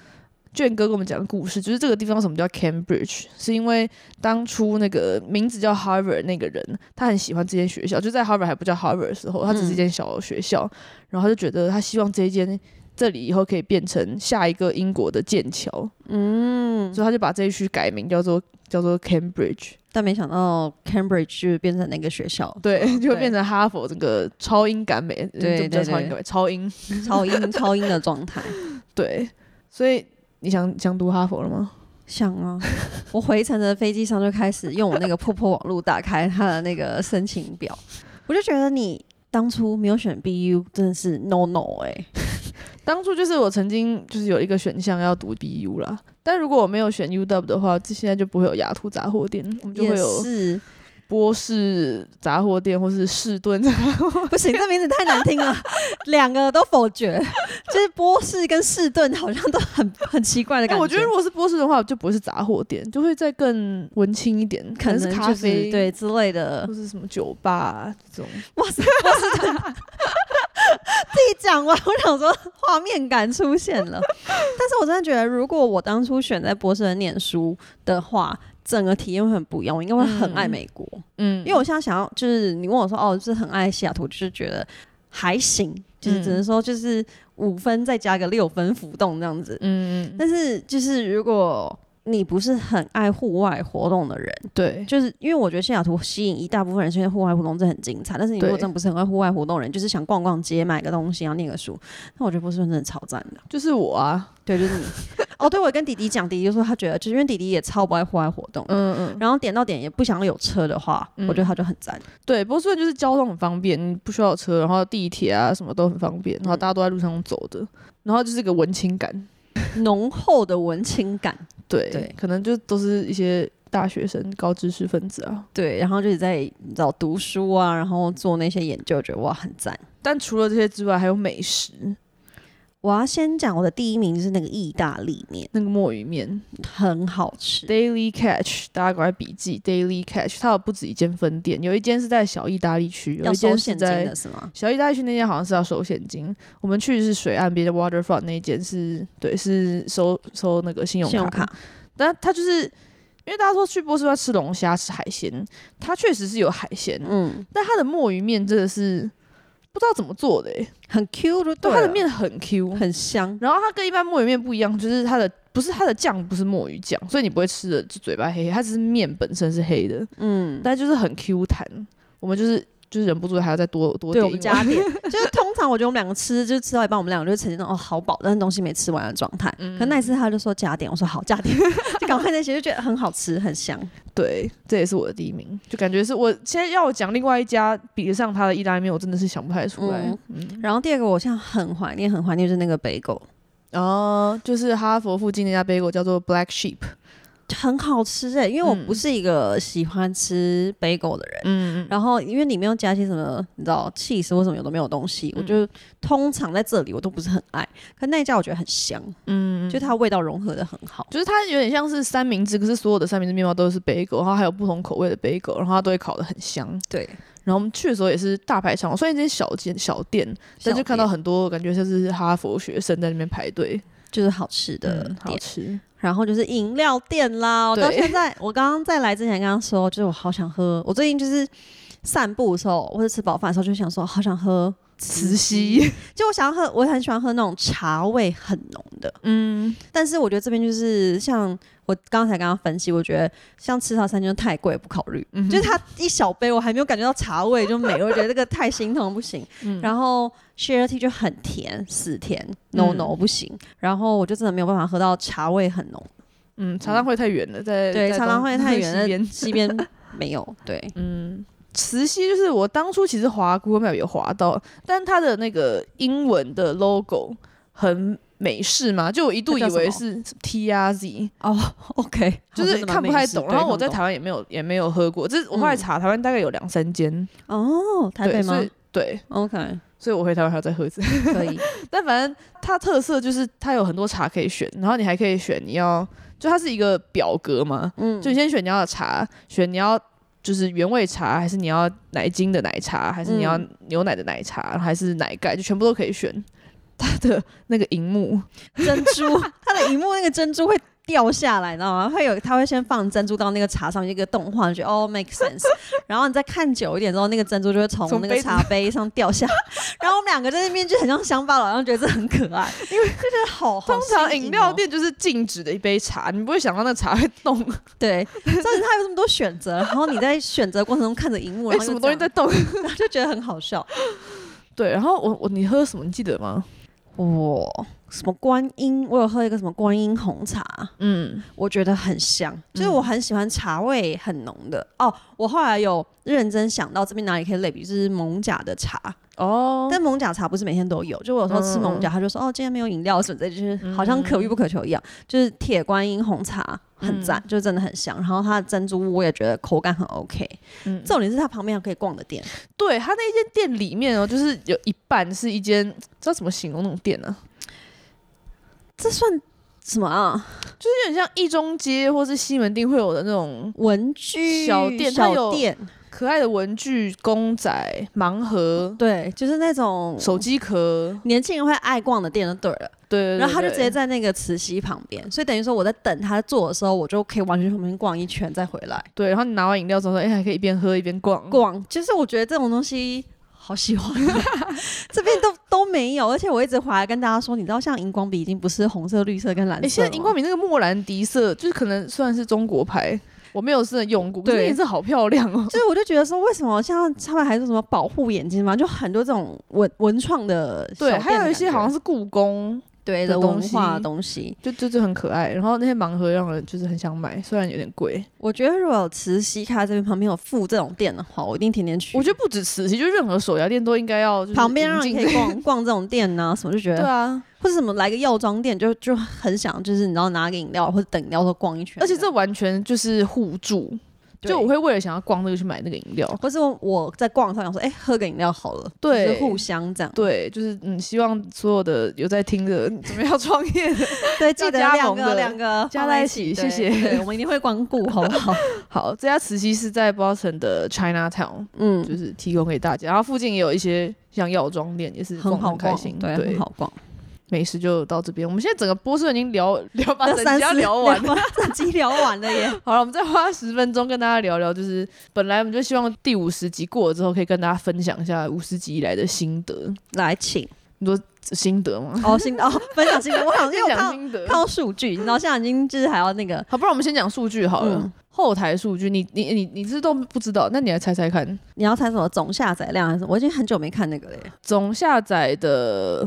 S1: 卷哥跟我们讲的故事，就是这个地方为什么叫 Cambridge，是因为当初那个名字叫 Harvard 那个人，他很喜欢这间学校，就在 Harvard 还不叫 Harvard 的时候，他只是一间小学校，然后他就觉得他希望这一间这里以后可以变成下一个英国的剑桥，
S2: 嗯，
S1: 所以他就把这一区改名叫做叫做 Cambridge，
S2: 但没想到 Cambridge 就变成那个学校，
S1: 对，就会变
S2: 成
S1: 成哈佛这个超英赶美，嗯
S2: 对
S1: 就不叫
S2: 对
S1: 超英
S2: 对
S1: 赶美，超英。
S2: 超英超英的状态。
S1: 对，所以你想想读哈佛了吗？
S2: 想啊， [LAUGHS] 我回程的飞机上就开始用我那个破破网络打开他的那个申请表，我就觉得你当初没有选 BU 真的是 no no 哎、
S1: 当初就是我曾经就是有一个选项要读 BU 啦，但如果我没有选 UW 的话，这现在就不会有雅图杂货店，我们就
S2: 也
S1: 会有
S2: 是，
S1: 波士杂货店或是士顿杂货店。
S2: 不行，这名字太难听了，两个都否决，就是波士跟士顿好像都很很奇怪的
S1: 但
S2: 感觉。
S1: 哎我觉得如果是波士的话，就不会是杂货店，就会再更文青一点，
S2: 可
S1: 能
S2: 能
S1: 是
S2: 就是
S1: 咖啡
S2: 对之类的
S1: 或，是什么酒吧、啊、这种。
S2: 哇塞，波士顿，自己讲完，我想说画面感出现
S1: [LAUGHS]
S2: 了。但是我真的觉得，如果我当初选在波士顿念书的话，整个体验会很不一样，我应该会很爱美国，
S1: 嗯，
S2: 因为我现在想要，就是你问我说，哦，就是很爱西雅图，就是觉得还行，就是
S1: 嗯
S2: 只能说就是五分再加个六分浮动这样子。
S1: 嗯嗯
S2: 但是就是如果你不是很爱户外活动的人，
S1: 对
S2: 就是因为我觉得西雅图吸引一大部分人，现在户外活动真的很精彩。但是你如果
S1: 对
S2: 真的不是很爱户外活动的人，就是想逛逛街、买个东西、然后念个书，那我觉得波士顿真的超赞的。
S1: 就是我啊，
S2: 对，就是你。 [LAUGHS] 哦，对，我跟弟弟讲，弟弟就说他觉得，就是因为弟弟也超不爱户外活动，
S1: 嗯嗯，
S2: 然后点到点也不想要有车的话，
S1: 嗯
S2: 我觉得他就很赞。
S1: 对，波士顿就是交通很方便，你不需要有车，然后地铁啊什么都很方便，
S2: 嗯
S1: 然后大家都在路上走的，然后就是一个文青感，
S2: 浓厚的文青感，
S1: 对，
S2: 对
S1: 可能就都是一些大学生、高知识分子啊。
S2: 对，然后就是在你知道读书啊，然后做那些研究，觉得哇很赞。
S1: 但除了这些之外，还有美食，
S2: 我要先讲我的第一名就是那个意大利面，
S1: 那个墨鱼面
S2: 很好吃。
S1: Daily Catch，大家赶快笔记 Daily Catch，它有不止一间分店，有一间是在小意大利区，有
S2: 要
S1: 一
S2: 收
S1: 间是
S2: 现金
S1: 在
S2: 的是吗？
S1: 小意大利区那间好像是要收现金，我们去的是水岸边的 Waterfront 那一间是，对，是收收那个信用
S2: 信用卡
S1: 但他就是因为大家说去波士顿要吃龙虾、吃海鲜，它确实是有海鲜，
S2: 嗯，
S1: 但它的墨鱼面真的是不知道怎么做的、欸，
S2: 很 Q 就对
S1: 对，
S2: 啊了，
S1: 它的面很 Q，
S2: 很香，
S1: 然后它跟一般墨鱼面不一样，就是它的不是它的酱不是墨鱼酱，所以你不会吃的就嘴巴黑黑，它只是面本身是黑的，
S2: 嗯，
S1: 但就是很 Q 弹。我们就是就是忍不住还要再多多
S2: 对
S1: 点
S2: 我
S1: 一
S2: 们
S1: 碗
S2: 加点， [LAUGHS] 就是通常我觉得我们两个吃，就是吃到一半，我们两个就呈现那种哦好饱，但是东西没吃完的状态。可那一次他就说加点，我说好加 [LAUGHS] 点，就赶快在一起，就觉得很好吃，很香。
S1: 对，这也是我的第一名，就感觉是我现在要我讲另外一家比得上它的意大利面，我真的是想不太出来。嗯，
S2: 然后第二个我现在很怀念，很怀念就是那个北狗，
S1: 哦，就是哈佛附近那家 bagel 叫做 Black Sheep，
S2: 很好吃哎、因为我
S1: 嗯
S2: 不是一个喜欢吃北狗的人。
S1: 嗯，
S2: 然后，因为里面又加些什么，你知道气死或什么有都没有东西，
S1: 嗯
S2: 我就通常在这里我都不是很爱。可那一家我觉得很香，
S1: 嗯，
S2: 就它味道融合的很好。
S1: 就是它有点像是三明治，可是所有的三明治面包都是 bagel，然后还有不同口味的 bagel，然后它都会烤得很香。
S2: 对，
S1: 然后我们去的时候也是大排长龙，虽然一间小间小店，但就看到很多感觉像是哈佛学生在那边排队
S2: 就是好吃的
S1: 嗯好
S2: 店。
S1: 吃。
S2: 然后就是饮料店啦，我到
S1: 对
S2: 现在， [LAUGHS] 我刚刚在来之前刚刚说，就是我好想喝，我最近就是散步的时候或者吃饱饭的时候就想说，好想喝
S1: 慈溪，
S2: 就我想要喝，我很喜欢喝那种茶味很浓的，
S1: 嗯，
S2: 但是我觉得这边就是像我刚才刚刚分析，我觉得像吃茶餐厅就太贵，不考虑。
S1: 嗯
S2: 就是它一小杯，我还没有感觉到茶味就没，我觉得这个太心疼
S1: [LAUGHS]
S2: 不行。
S1: 嗯
S2: 然后 share tea 就很甜，死甜，no
S1: 嗯
S2: no 不行。然后我就真的没有办法喝到茶味很浓，
S1: 嗯，茶汤会太远了，在
S2: 对，
S1: 在
S2: 茶汤
S1: 东
S2: 会太远
S1: [LAUGHS] 西
S2: 了，
S1: 边
S2: 西边没有，对，
S1: 嗯，慈溪就是我当初其实划 Google Map 有划到，但它的那个英文的 logo 很美式嘛，就我一度以
S2: 它叫
S1: 为
S2: 什
S1: 是 T R Z，
S2: 哦，OK，
S1: 就是看不太懂。然后我在台
S2: 台
S1: 湾也没有也没有喝过，这是我后来
S2: 嗯
S1: 查台湾大概有两三间，
S2: 哦，台北
S1: 对，
S2: 吗
S1: 所以对，
S2: ？OK，
S1: 所以我回台湾还要再喝一次。
S2: 可以，
S1: 但反正它特色就是它有很多茶可以选，然后你还可以选你要，就它是一个表格嘛，
S2: 嗯，
S1: 就你先选你要的茶，选你要就是原味茶，还是你要奶精的奶茶，还是你要牛奶的奶茶，还是奶盖，就全部都可以选。它的那个荧幕， [LAUGHS]
S2: 珍珠， [LAUGHS] 它的荧幕那个珍珠会掉下来，你知道吗？会有，它会先放珍珠到那个茶上面一个动画，你觉得哦 make sense。然后 [LAUGHS] 你再看久一点之后，那个珍珠就会从
S1: 从
S2: 那
S1: 杯
S2: 个
S1: 子
S2: 茶杯上掉下来。 [LAUGHS] 然后我们两个在那边就很像乡巴佬，然后觉得这很可爱，因为就觉得好。好
S1: 通常
S2: 新颖
S1: 饮料
S2: 哦
S1: 店就是静止的一杯茶，你不会想到那茶会动， [LAUGHS]
S2: 对，但是它有这么多选择，然后你在选择过程中看着荧幕，
S1: 为
S2: 然后
S1: 什
S2: 又
S1: 么东西
S2: 这
S1: 在
S2: 样
S1: 动？
S2: 就觉得很
S1: [LAUGHS]
S2: 好笑。
S1: 对，然后我我你喝什么你记得吗？
S2: 哇、什么观音？我有喝一个什么观音红茶，
S1: 嗯，
S2: 我觉得很香，就是我很喜欢茶味很浓的、哦。我后来有认真想到这边哪里可以类比，就是蒙甲的茶，
S1: 哦，嗯
S2: 但蒙甲茶不是每天都有，就我有时候吃蒙甲，他就说哦今天没有饮料什么的，就是好像可遇不可求一样。就是铁观音红茶很
S1: 嗯
S2: 赞，就真的很香。然后它的珍珠屋我也觉得口感很 OK，、
S1: 嗯
S2: 重点是它旁边还可以逛的店，
S1: 对，它那间店里面哦，就是有一半是一间，知道怎么形容那种店呢、啊
S2: 这算什么啊？
S1: 就是有点像一中街或是西门町会有的那种
S2: 文具
S1: 小店它有
S2: 小店，
S1: 可爱的文具、公仔、盲盒、
S2: 对，就是那种
S1: 手机壳，
S2: 年轻人会爱逛的店就对了。
S1: 对对对
S2: 然后他就直接
S1: 对
S2: 在那个慈禧旁边，所以等于说我在等他做的时候，我就可以完全从旁边逛一圈再回来
S1: 对，然后你拿完饮料之后说，哎、还可以一边喝一边逛。
S2: 逛。就是我觉得这种东西好喜欢啊， [LAUGHS] 这边都都没有，而且我一直回来跟大家说，你知道像荧光笔已经不是红色、绿色跟蓝色
S1: 哎、
S2: 了吗，
S1: 现在荧光笔那个莫兰迪色，就是可能虽然是中国牌，我没有真的用过，可是
S2: 对
S1: 颜色好漂亮
S2: [LAUGHS]
S1: 哦。
S2: 就是我就觉得说，为什么像他们还说什么保护眼睛嘛，就很多这种文文创的小
S1: 对，
S2: 店的
S1: 还有一
S2: 感
S1: 些
S2: 觉
S1: 好像是故宫，
S2: 对
S1: 的
S2: 的文
S1: 东
S2: 化
S1: 西
S2: 东西。
S1: 就就就很可爱。然后那些盲盒让人就是很想买，虽然有点贵。
S2: 我觉得如果有慈禧咖这边旁边有附这种店的话，我一定天天去。
S1: 我觉得不止慈禧，就任何手摇店都应该要就是
S2: 旁边
S1: 引
S2: 让你
S1: 进
S2: 可以逛逛这种店呐、什么就觉
S1: 对
S2: 得
S1: 啊，
S2: 或者什么来个药妆店，就就很想就是你知道拿个饮料或者等饮料都逛一圈，
S1: 而且这完全就是互助，
S2: 对
S1: 就我会为了想要逛那个去买那个饮料。
S2: 或是我在逛的时候想说，哎、喝个饮料好了，
S1: 对
S2: 就是互相这样，
S1: 对，就是嗯，希望所有的有在听的准备要创业的，
S2: 对，记得
S1: 加
S2: 两
S1: 盟
S2: 个
S1: 的
S2: 两个
S1: 加
S2: 放
S1: 在一
S2: 起，
S1: 起
S2: 对
S1: 谢谢
S2: 对，我们一定会光顾，好不 [LAUGHS] 好？
S1: 好，这家慈溪是在 Boston 的 Chinatown，
S2: 嗯，
S1: 就是提供给大家。然后附近也有一些像药妆店，也是
S2: 很
S1: 逛得
S2: 好
S1: 很开
S2: 逛，
S1: 心。
S2: 对，
S1: 对
S2: 很，好逛。
S1: 美食就到这边。我们现在整个波士已经聊聊把整
S2: 三
S1: 家
S2: 四
S1: 聊完了。，
S2: [LAUGHS] 这集聊完了耶。
S1: [LAUGHS] 好了，我们再花十分钟跟大家聊聊，就是本来我们就希望第五十集过了之后，可以跟大家分享一下五十集以来的心得。
S2: [LAUGHS] 来，请
S1: 你说心得吗？
S2: 哦，心哦，分享心得，我
S1: [LAUGHS]
S2: 想因为
S1: 先
S2: 我
S1: 讲
S2: 看到
S1: 心得
S2: 看。到数据，你知道现在已经就是还要那个，
S1: 好，不然我们先讲数据好了。
S2: 嗯
S1: 后台数据，你你你你是都不知道，那你来猜猜看，
S2: 你要猜什么总下载量还是什么？我已经很久没看那个了耶。
S1: 总下载的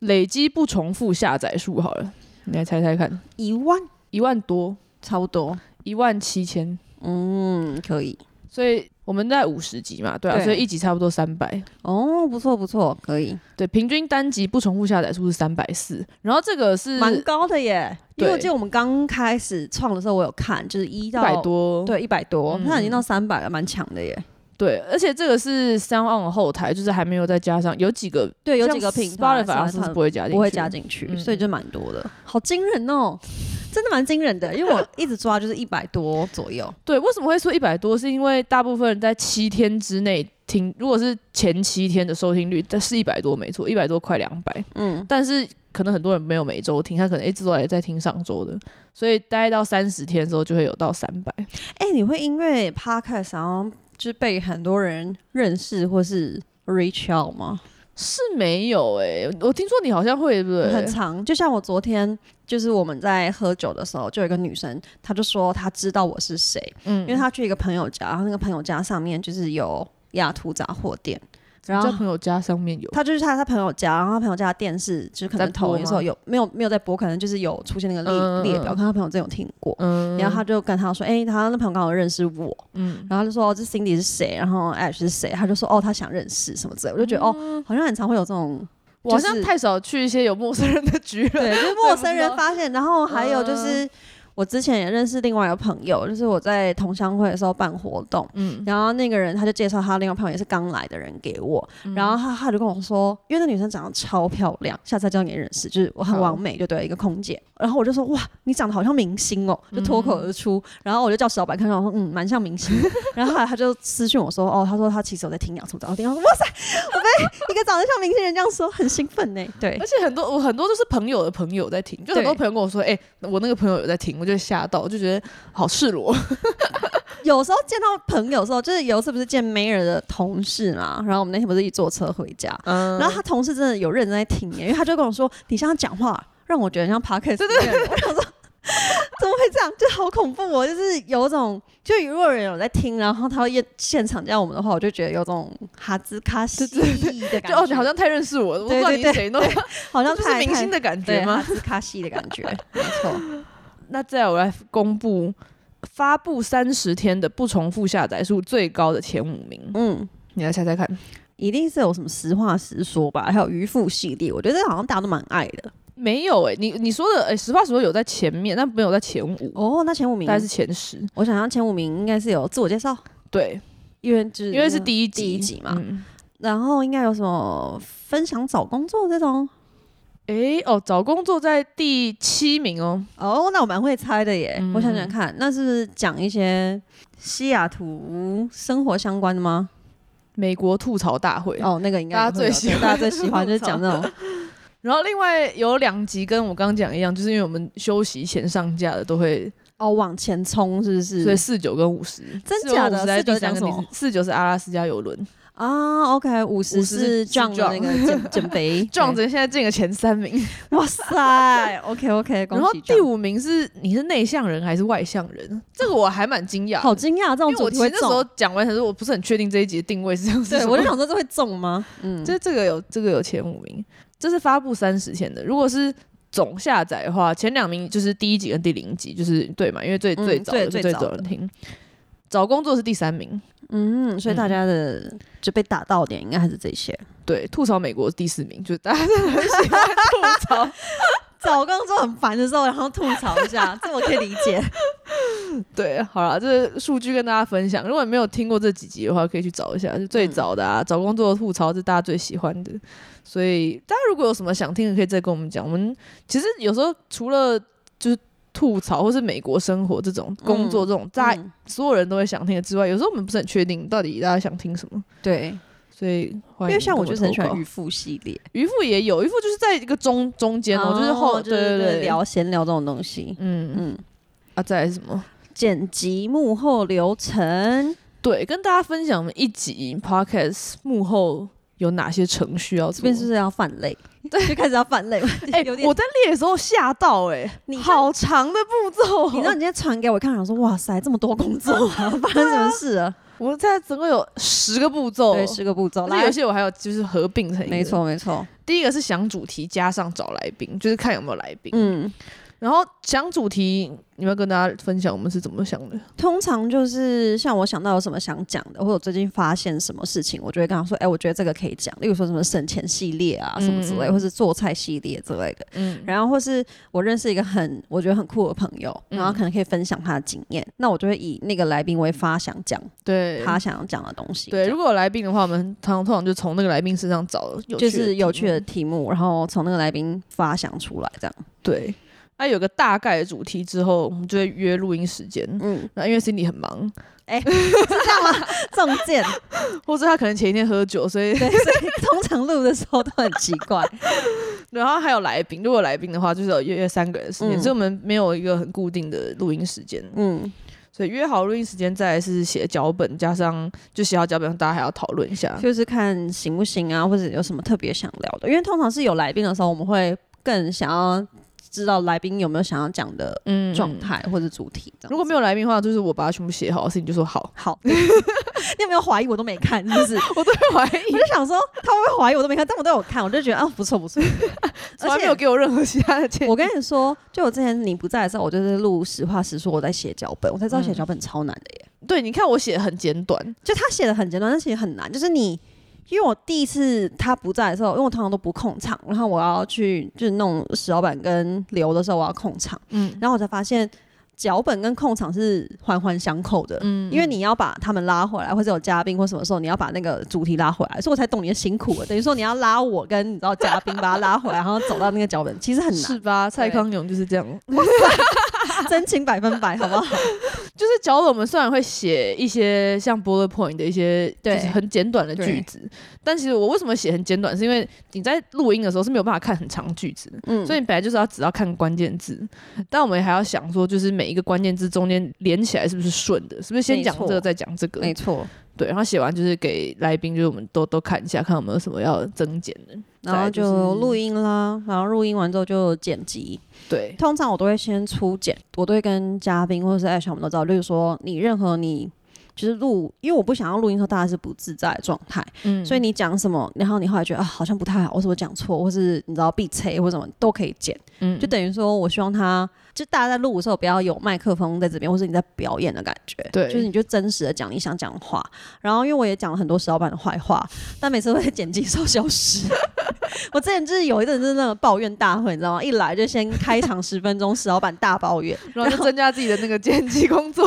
S1: 累积不重复下载数好了，你来猜猜看，
S2: 一万
S1: 一万多，
S2: 差不多，
S1: 一万七千，
S2: 嗯，可以
S1: 所以我们在五十集嘛，对啊，
S2: 对
S1: 所以一集差不多三百，
S2: 哦，不错不错，可以，
S1: 对，平均单集不重复下载数是三百四，然后这个是
S2: 蛮
S1: 一
S2: 高的耶。因为我
S1: 对
S2: 记得我们刚开始创的时候，我有看，就是一到
S1: 百，多，
S2: 对，一百多，
S1: 嗯
S2: 现在已经到三百了，蛮强的耶。
S1: 对，而且这个是 Sound On 后台，就是还没有再加上有几个
S2: 对，有
S1: 像
S2: 几个平台
S1: Spotify 好像是不
S2: 会
S1: 会加进去，
S2: 不会加进去，
S1: 嗯
S2: 所以就蛮多的，好惊人哦，真的蛮惊人的。因为我一直抓就是一百多左右，
S1: 对，为什么会说一百多？是因为大部分人在七天之内听，如果是前七天的收听率，但是一百多没错，一百多快两百，
S2: 嗯，
S1: 但是可能很多人没有每周听，他可能一直都还在听上周的，所以待到三十天的时候就会有到三百。
S2: 哎、你会因为 podcast 然后就是被很多人认识或是 reach out 吗？
S1: 是没有诶、我听说你好像会对不
S2: 很
S1: 对？
S2: 长，就像我昨天就是我们在喝酒的时候，就有一个女生，她就说她知道我是谁，
S1: 嗯
S2: 因为她去一个朋友家，然后那个朋友家上面就是有雅图杂货店，
S1: 嗯
S2: 然
S1: 在
S2: 后
S1: 朋友家上面有，
S2: 他就是他他朋友家，然后他朋友家的电视就是可能
S1: 在播
S2: 投影的时候
S1: 吗
S2: 有没有没有在播，可能就是有出现那个列、
S1: 嗯嗯嗯
S2: 列表，看他朋友真有听过。
S1: 嗯
S2: 然后他就跟他说：“哎、他那朋友刚好认识我，
S1: 嗯，
S2: 然后他就说哦，这 Cindy 是谁，然后 Ash 是谁，他就说哦，他想认识什么之类的，我就觉得、
S1: 嗯
S2: 哦，好像很常会有这种
S1: 我好
S2: 就
S1: 像
S2: 是
S1: 太少去一些有陌生人的局了。 [LAUGHS]
S2: 对，就是陌生人发现。然后还有
S1: 嗯
S2: 就是，我之前也认识另外一个朋友，就是我在同乡会的时候办活动，
S1: 嗯，
S2: 然后那个人他就介绍他另外朋友也是刚来的人给我，
S1: 嗯
S2: 然后他他就跟我说，因为那女生长得超漂亮，下次再叫你认识，就是我很
S1: 好
S2: 完美，就对一个空姐。然后我就说哇，你长得好像明星哦，就脱
S1: 嗯
S2: 口而出。然后我就叫石老板看，我说嗯，蛮像明星的。然后后来他就私讯我说哦，他说他其实有在听养兔的，我听到说哇塞，我被一个长得像明星人这样说，很兴奋呢。对
S1: 而，且很多我很多都是朋友的朋友在听，就很多
S2: 对
S1: 朋友跟我说，哎、我那个朋友有在听，我就吓到，我就觉得好赤裸。
S2: 有时候见到朋友的时候，就是有一次不是见 Mayer 的同事嘛，然后我们那天不是一起坐车回家，
S1: 嗯，
S2: 然后他同事真的有认真在听耶，因为他就跟我说：“你像他讲话，让我觉得像 podcast 对对对，我想说。怎么会这样？就好恐怖哦！就是有种，就如果有人有在听，然后他会现现场叫我们的话，我就觉得有种哈兹卡西的
S1: [LAUGHS]
S2: 感
S1: 就
S2: 觉，
S1: 哦，你好像太认识我，我不知道
S2: 对
S1: 你
S2: 对
S1: 是谁，那
S2: 对好像
S1: 就
S2: 太
S1: 是明星的感
S2: 对啊
S1: 觉
S2: 哈
S1: 吗？
S2: 兹卡西的感觉，没错。
S1: 那再我来公布发布三十天的不重复下载数最高的前五名，
S2: [LAUGHS] 嗯，
S1: 你来猜猜看。
S2: 一定是有什么实话实说吧，还有渔夫系列，我觉得这好像大家都蛮爱的。
S1: 没有哎、你你说的哎、实话实说有在前面，但没有在前五，
S2: 哦，那前五名
S1: 大概是前十。
S2: 我想象前五名应该是有自我介绍，
S1: 对，
S2: 因为就是
S1: 因为是第一集
S2: 第一集嘛，
S1: 嗯
S2: 然后应该有什么分享找工作这种？
S1: 诶哦，找工作在第七名哦，
S2: 哦，那我蛮会猜的耶。
S1: 嗯
S2: 我想想看，那是讲一些西雅图生活相关的吗？
S1: 美国吐槽大会
S2: 哦，那个应该
S1: 大家
S2: 会有
S1: 最喜欢
S2: 对大家最喜欢就是讲
S1: [LAUGHS]
S2: 那种
S1: 然后另外有两集跟我刚刚讲一样，就是因为我们休息前上架的都会，
S2: 哦往前冲，是不
S1: 所以
S2: 是？
S1: 四九跟五十，
S2: 真假的
S1: 49在第三个
S2: 49讲什么
S1: 第四九是阿拉斯加游轮，
S2: 啊，OK，五十
S1: 50
S2: 是
S1: 是
S2: 撞的那个减 [LAUGHS] 减肥
S1: [LAUGHS] 壮着现在进了前三名，
S2: 对哇塞
S1: [LAUGHS]
S2: ，OK OK，
S1: 然
S2: 恭
S1: 后
S2: 喜
S1: 第
S2: 撞。
S1: 五名是你是内向人还是外向人？这个我还蛮惊讶的，
S2: 好惊讶，这种
S1: 因为
S2: 主
S1: 我
S2: 题
S1: 其
S2: 会
S1: 实那时候
S2: 中。
S1: 讲完，可是我不是很确定这一集的定位是这样，
S2: 对，我就想说这会中吗？嗯，
S1: 这这个有这个有前五名，这是发布三十天的。如果是总下载的话，前两名就是第一集跟第零集，就是对嘛，因为最、
S2: 嗯
S1: 最早
S2: 最
S1: 的是
S2: 最
S1: 最
S2: 早
S1: 早
S2: 的
S1: 人听。找工作是第三名，
S2: 嗯，所以
S1: 嗯
S2: 大家的就被打到的点应该还是这
S1: [LAUGHS]
S2: 些。
S1: 对，吐槽美国是第四名，就是大家真的很喜欢吐槽。
S2: 找工作很烦的时候，然后吐槽一下，这我可以理解。
S1: 对，好了，这个数据跟大家分享。如果你没有听过这几集的话，可以去找一下，是
S2: 嗯
S1: 最早的啊，找工作的吐槽是大家最喜欢的。所以大家如果有什么想听的，可以再跟我们讲。我们其实有时候除了就是吐槽或是美国生活这种工作这种，大家
S2: 嗯
S1: 所有人都会想听的之外，有时候我们不是很确定到底大家想听什么，
S2: 对，
S1: 所以
S2: 因
S1: 欢迎
S2: 为像我
S1: 跟
S2: 就是
S1: 投
S2: 很喜欢
S1: 稿
S2: 渔夫系列，
S1: 渔夫也有渔夫就是在一个中中间哦，就是后
S2: 就
S1: 对对
S2: 是
S1: 对
S2: 聊闲聊这种东西。
S1: 嗯嗯
S2: 嗯，
S1: 啊，再来是什么？
S2: 剪辑幕后流程，
S1: 对，跟大家分享我们一集 podcast 幕后有哪些程序要
S2: 这
S1: 做
S2: 边。是不是要犯累？对， [LAUGHS] 就开始要犯累。
S1: 哎、
S2: [LAUGHS] 有点
S1: 我在列的时候吓到哎、
S2: 你看
S1: 好长的步骤哦、
S2: 你知道你今天传给我看，我说哇塞，这么多工
S1: [LAUGHS]
S2: 作啊，发生什么事啊？
S1: 我在总共有十个步骤，
S2: 对，十个步骤，
S1: 而且
S2: 来
S1: 有，些我还有哦就是合并成一个
S2: 没。错没错，
S1: 第一个是想主题加上找来宾，就是看有没有来宾。
S2: 嗯，
S1: 然后想主题，你们要跟大家分享我们是怎么想的。
S2: 通常就是像我想到有什么想讲的，或者我最近发现什么事情，我就会跟他说，哎、我觉得这个可以讲，例如说什么省钱系列啊，什么之类，
S1: 嗯
S2: 或是做菜系列之类的。
S1: 嗯，
S2: 然后或是我认识一个很我觉得很酷的朋友，
S1: 嗯
S2: 然后可能可以分享他的经验，那我就会以那个来宾为发想讲
S1: 对，
S2: 他想要讲的东西。
S1: 对，
S2: 这
S1: 如
S2: 样
S1: 果有来宾的话，我们通通常就从那个来宾身上找有趣的
S2: 就是有
S1: 题
S2: 趣
S1: 目
S2: 的题目，然后从那个来宾发想出来，这样。
S1: 对，那、有个大概的主题之后，我们就会约录音时间。
S2: 嗯，
S1: 那因为 Cindy 很忙，
S2: 中箭。
S1: 或者他可能前一天喝酒，所以
S2: 对，所以通常录的时候都很奇怪。
S1: [LAUGHS] 然后还有来宾。如果有来宾的话，就是有约约三个人的时间，
S2: 嗯
S1: 所以我们没有一个很固定的录音时间。
S2: 嗯，
S1: 所以约好录音时间，再来是写脚本，加上就写好脚本，大家还要讨论一下。
S2: 就是看行不行啊，或者有什么特别想聊的。因为通常是有来宾的时候，我们会更想要知道来宾有没有想要讲的
S1: 嗯
S2: 状。态或者主题这样子。。
S1: 如果没有来宾的话，就是我把它全部写好，事情就说好
S2: 好， [LAUGHS] 你有没有怀疑我都没看，是不是？我
S1: [LAUGHS] 我都怀疑 [LAUGHS]
S2: 就，想说他会不会怀疑我都没看，但我都有看，我就觉得啊不错不错。
S1: [LAUGHS] 从来没有给我任何其他的建议
S2: 我。跟你说，就我之前你不在的时候，我就是录实话实说，我在写脚本，我才知道写脚本超难的耶。
S1: 对，你看我写的很简短，
S2: 就他写的很简单，但其实很难。就是你，因为我第一次他不在的时候，因为我通常都不控场，然后我要去就是弄石老板跟刘的时候，我要控场，
S1: 嗯
S2: 然后我才发现脚本跟控场是环环相扣的。
S1: 嗯
S2: 因为你要把他们拉回来，或者有嘉宾或什么时候，你要把那个主题拉回来，所以我才懂你的
S1: [LAUGHS]
S2: 辛苦了。等于说你要拉我跟你知道嘉宾把他拉回来，然后走到那个脚本，其实很
S1: 是
S2: 难，
S1: 吧？蔡
S2: 对
S1: 康永就是这样，
S2: 真情百分百，好不好？
S1: 就是脚本我们虽然会写一些像 bullet point 的一些就
S2: 对
S1: 是很简短的句子，但其实我为什么写很简短，是因为你在录音的时候是没有办法看很长句子的，
S2: 嗯，
S1: 所以你本来就是要只要看关键字，但我们还要想说，就是每一个关键字中间连起来是不是顺的，是不是先讲这
S2: 没
S1: 个
S2: 错
S1: 再讲这个？
S2: 没错。
S1: 对，然后写完就是给来宾，就是我们都都看一下，看有没有什么要增减的。
S2: 然后就录音啦，然后录音完之后就剪辑。
S1: 对，
S2: 通常我都会先初剪，我都会跟嘉宾或者是艾小我们都知道，例如说你任何你就是录，因为我不想要录音的时候大家是不自在的状态，
S1: 嗯
S2: 所以你讲什么，然后你后来觉得啊好像不太好，我是我讲错，或是你知道必吹或什么都可以剪，
S1: 嗯
S2: 就等于说我希望他就大家在录的时候不要有麦克风在这边，或是你在表演的感觉，
S1: 对
S2: 就是你就真实的讲你想讲的话。然后因为我也讲了很多石老板的坏话，但每次会在剪辑的时候消失。 [LAUGHS] 我之前就是有一阵就是那个抱怨大会，你知道吗？一来就先开场十分钟，石老板大抱怨，
S1: 然后就增加自己的那个 [LAUGHS] 剪辑工
S2: [LAUGHS]
S1: 作。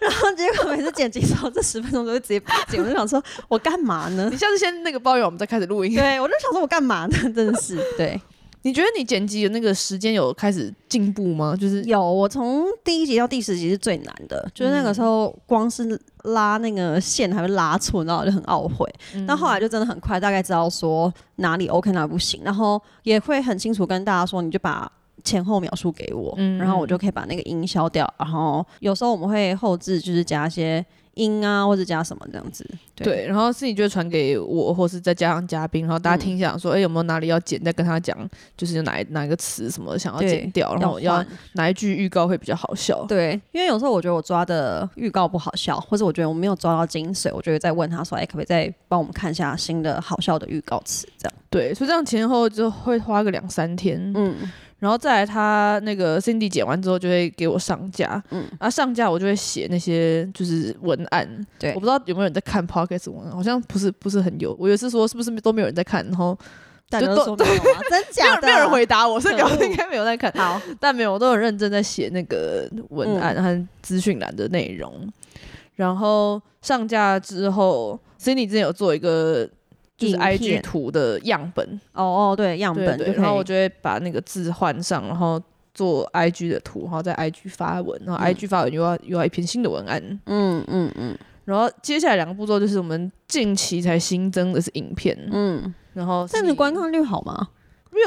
S2: 然后结果每次剪辑的时候这十分钟都会直接不剪，我就想说我干嘛呢 [LAUGHS]
S1: 你？下次先那个抱怨，我们再开始录音。
S2: 对，我就想说我干嘛呢？真的是对。
S1: 你觉得你剪辑的那个时间有开始进步吗？就是
S2: 有，我从第一集到第十集是最难的，就是那个时候光是拉那个线还会拉错，然后我就很懊悔。但后来就真的很快，大概知道说哪里 OK 哪里不行，然后也会很清楚跟大家说，你就把。前后描述给我，
S1: 嗯
S2: 然后我就可以把那个音消掉。然后有时候我们会后置，就是加一些音啊，或者加什么这样子。
S1: 对，然后是你就会传给我，或是再加上嘉宾，然后大家听一下说，哎、有没有哪里要剪？再跟他讲，就是有哪一哪一个词什么想要
S2: 对
S1: 剪掉，然后
S2: 要
S1: 要
S2: 换
S1: 哪一句预告会比较好笑。
S2: 对，因为有时候我觉得我抓的预告不好笑，或者我觉得我没有抓到精髓，我就会再问他说：“哎、可不可以再帮我们看一下新的好笑的预告词？”这样，
S1: 对，所以这样前后就会花个两三天，
S2: 嗯，
S1: 然后再来他那个 Cindy 剪完之后就会给我上架，嗯
S2: 嗯，
S1: 啊上架我就会写那些就是文案，
S2: 对
S1: 我不知道有没有人在看 Podcast 文案，好像不是不是很有，我也是说是不是都没有人在看，然后
S2: 大
S1: 就
S2: 家
S1: 都
S2: 都说没有 [LAUGHS] 啊，嗯真
S1: 没有
S2: 假的？
S1: 没有人回答我，所以
S2: 可
S1: 表
S2: 恶
S1: 示应该没有在看，
S2: 好，
S1: 但没有，我都很认真在写那个文案和资讯栏的内容。然后上架之后，Cindy 之前有做一个就是
S2: 影
S1: IG
S2: 片
S1: 图的样本，
S2: 哦哦，对，样
S1: 对
S2: 本
S1: 对
S2: 就
S1: 然后我
S2: 可以
S1: 就会把那个字换上，然后做 IG 的图，然后在 IG 发文，然后
S2: 嗯
S1: IG 发文又要、又要一篇新的文案。
S2: 嗯嗯嗯
S1: 然后接下来两个步骤就是我们近期才新增的是影片，
S2: 嗯，
S1: 然后
S2: 但你
S1: Cindy-
S2: 观看率好吗？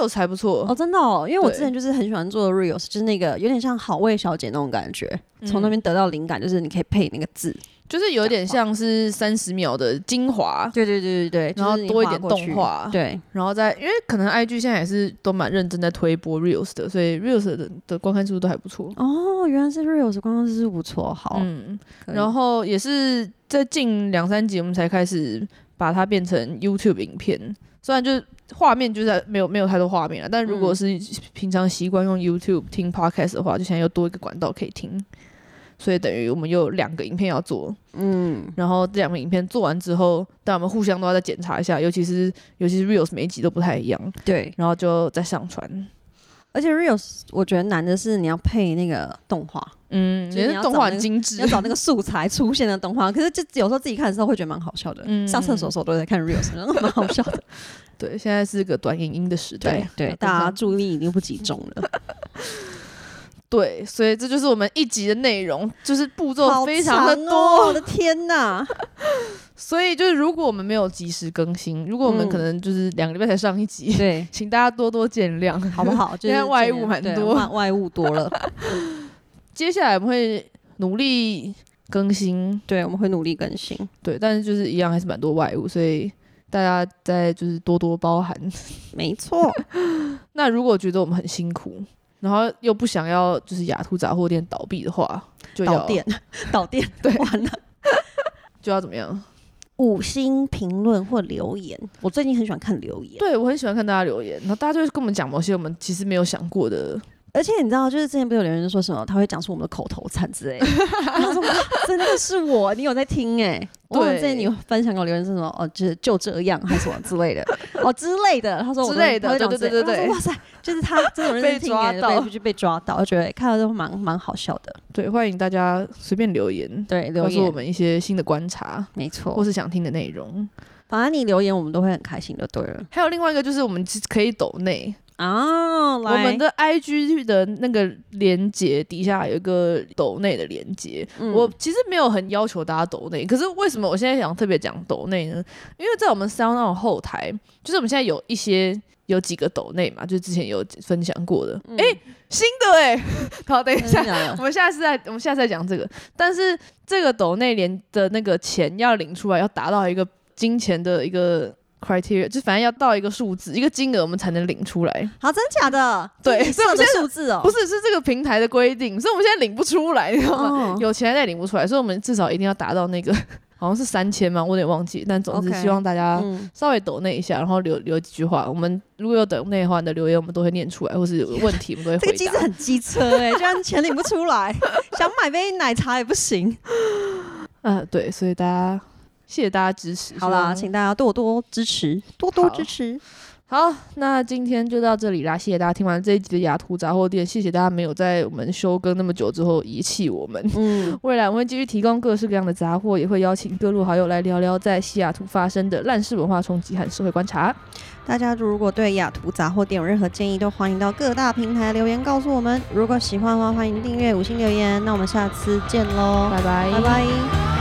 S1: reels 还不错
S2: 哦，真的哦，因为我
S1: 对
S2: 之前就是很喜欢做 reels，就是那个有点像好味小姐那种感觉，从那边得到灵感，就是你可以配那个字，
S1: 就是有点像是三十秒的精华，
S2: 对对对对对，
S1: 然后
S2: 就是你
S1: 多一
S2: 划
S1: 点
S2: 过去
S1: 动画，
S2: 对，
S1: 然后再因为可能 IG 现在也是都蛮认真在推播 reels 的，所以 reels 的的观看速度都还不错。
S2: 哦，原来是 reels 观光是不错，好，
S1: 嗯，
S2: 可以
S1: 然后也是在近两三集我们才开始把它变成 YouTube 影片，虽然就是画面就是没有没有太多画面了，但如果
S2: 嗯
S1: 是平常习惯用 YouTube 听 podcast 的话，就现在又多一个管道可以听，所以等于我们又有两个影片要做。
S2: 嗯，
S1: 然后这两个影片做完之后，但我们互相都要再检查一下，尤其是尤其是 reels 每一集都不太一样，
S2: 对，
S1: 然后就再上传。
S2: 而且 reels 我觉得难的是你要配那个动画，
S1: 嗯，
S2: 就是
S1: 也
S2: 你
S1: 是
S2: 要
S1: 动
S2: 找
S1: 画
S2: 那
S1: 很
S2: 个
S1: 精
S2: 你
S1: 致
S2: [LAUGHS] 要，找那个素材出现的
S1: [LAUGHS]
S2: 动画，可是就有时候自己看的时候会觉得蛮好笑的，
S1: 嗯
S2: 上厕所的时候都在看
S1: [LAUGHS]
S2: reels，然后蛮好笑的，
S1: 对，现在是个短影音的时代，
S2: 对，大家注意力已经不集中
S1: [LAUGHS]
S2: 了，
S1: 对，所以这就是我们一集的内容，就是步
S2: 好
S1: 骤非常的
S2: 长
S1: 多，
S2: 哦我的
S1: [LAUGHS]
S2: 天哪！
S1: 所以就是如果我们没有及时更新，如果我们
S2: 嗯
S1: 可能就是两个礼拜才上一集，，
S2: 对
S1: [LAUGHS] 请大家多多见谅，
S2: 好不？好？就
S1: 现
S2: 是
S1: 在外
S2: 尽量
S1: 物蛮
S2: 对
S1: 多
S2: 外外物多了。
S1: [LAUGHS]
S2: [LAUGHS]
S1: 接下来我们会努力更新，
S2: 对，我们会努力更新。
S1: 对，但是就是一样还是蛮多外物，所以大家再就是多多包涵。
S2: 没错，
S1: 那如果觉得我们很辛苦，然后又不想要就是雅图杂货店倒闭的话，就要
S2: 导电，
S1: [LAUGHS]
S2: 导电，
S1: 哦对
S2: 完了。
S1: 就要怎么样？
S2: 五星评论或留言，我最近很喜欢看留言。
S1: 对我很喜欢看大家留言，然后大家就会跟我们讲某些我们其实没有想过的，
S2: 而且你知道，就是之前不是有留言说什么他会讲出我们的口头禅之
S1: [LAUGHS]
S2: 类的，然后我说哇真的是我，你有在听哎、我忘了之前
S1: 对
S2: 你有分享给我留言是什么哦，就是就这样还是什么之
S1: [LAUGHS]
S2: 类的哦之类的，他说我
S1: 之类的
S2: 他会讲
S1: 对对
S2: 之类的
S1: 对对
S2: 然后我说哇塞，就是他真的有认真
S1: 被
S2: 听
S1: 抓
S2: 哎、
S1: 到
S2: 被被抓到，我觉得看到都蛮蛮好笑的。
S1: 对，欢迎大家随便留言，
S2: 对，留
S1: 告诉我
S2: 言哦
S1: 们一些新的观察
S2: 没错，
S1: 或是想听的内容。
S2: 反正你留言我们都会很开心就对了
S1: 还有另外一个就是我们其实可以抖内，
S2: 啊。
S1: 我们
S2: 的
S1: 的 IG 的那个连接底下有一个抖内的连接，
S2: 嗯
S1: 我其实没有很要求大家抖内，可是为什么我现在想特别讲抖内呢？因为在我们 Sound 那种后台，就是我们现在有一些有几个抖内嘛，就之前有分享过的。
S2: 嗯
S1: 哎、新的哎、 [LAUGHS] 好，等一下，
S2: [LAUGHS]
S1: [LAUGHS] 我们下次再我们下次再讲这个。但是这个抖内连的那个钱要领出来，要达到一个金钱的一个 criteria，就反正要到一个数字、一个金额，我们才能领出来。
S2: 好，真假的？
S1: 对
S2: 这
S1: 所以我
S2: 是
S1: 们现
S2: 你设的
S1: 在
S2: 数字哦，
S1: 不是，是这个平台的规定，所以我们现在领不出来，你知道吗？
S2: 哦
S1: 有钱还也领不出来，所以我们至少一定要达到那个好像是三千嘛，我有点忘记。但总之
S2: OK
S1: 希望大家
S2: 嗯，
S1: 稍微抖那一下，然后留留几句话。我们如果有抖那的话，你的留言我们都会念出来，或是有问题我们都会
S2: 这个
S1: 回
S2: 机
S1: 答
S2: 制。很机车 [LAUGHS] 哎，居然钱领不出
S1: [LAUGHS]
S2: 来，想买杯奶茶也不行。
S1: 嗯、对，所以大家谢谢大家支持。
S2: 好啦，
S1: 希
S2: 请大家多多支持，多多支持。
S1: 望好，那今天就到这里啦，谢谢大家听完这一集的雅图杂货店，谢谢大家没有在我们休更那么久之后遗弃我们。
S2: 嗯，
S1: 未来我们会继续提供各式各样的杂货，也会邀请各路好友来聊聊在西雅图发生的烂事文化冲击和社会观察。
S2: 大家如果对雅图杂货店有任何建议，都欢迎到各大平台留言告诉我们。如果喜欢的话，欢迎订阅、五星留言。那我们下次见喽，
S1: 拜拜，
S2: 拜拜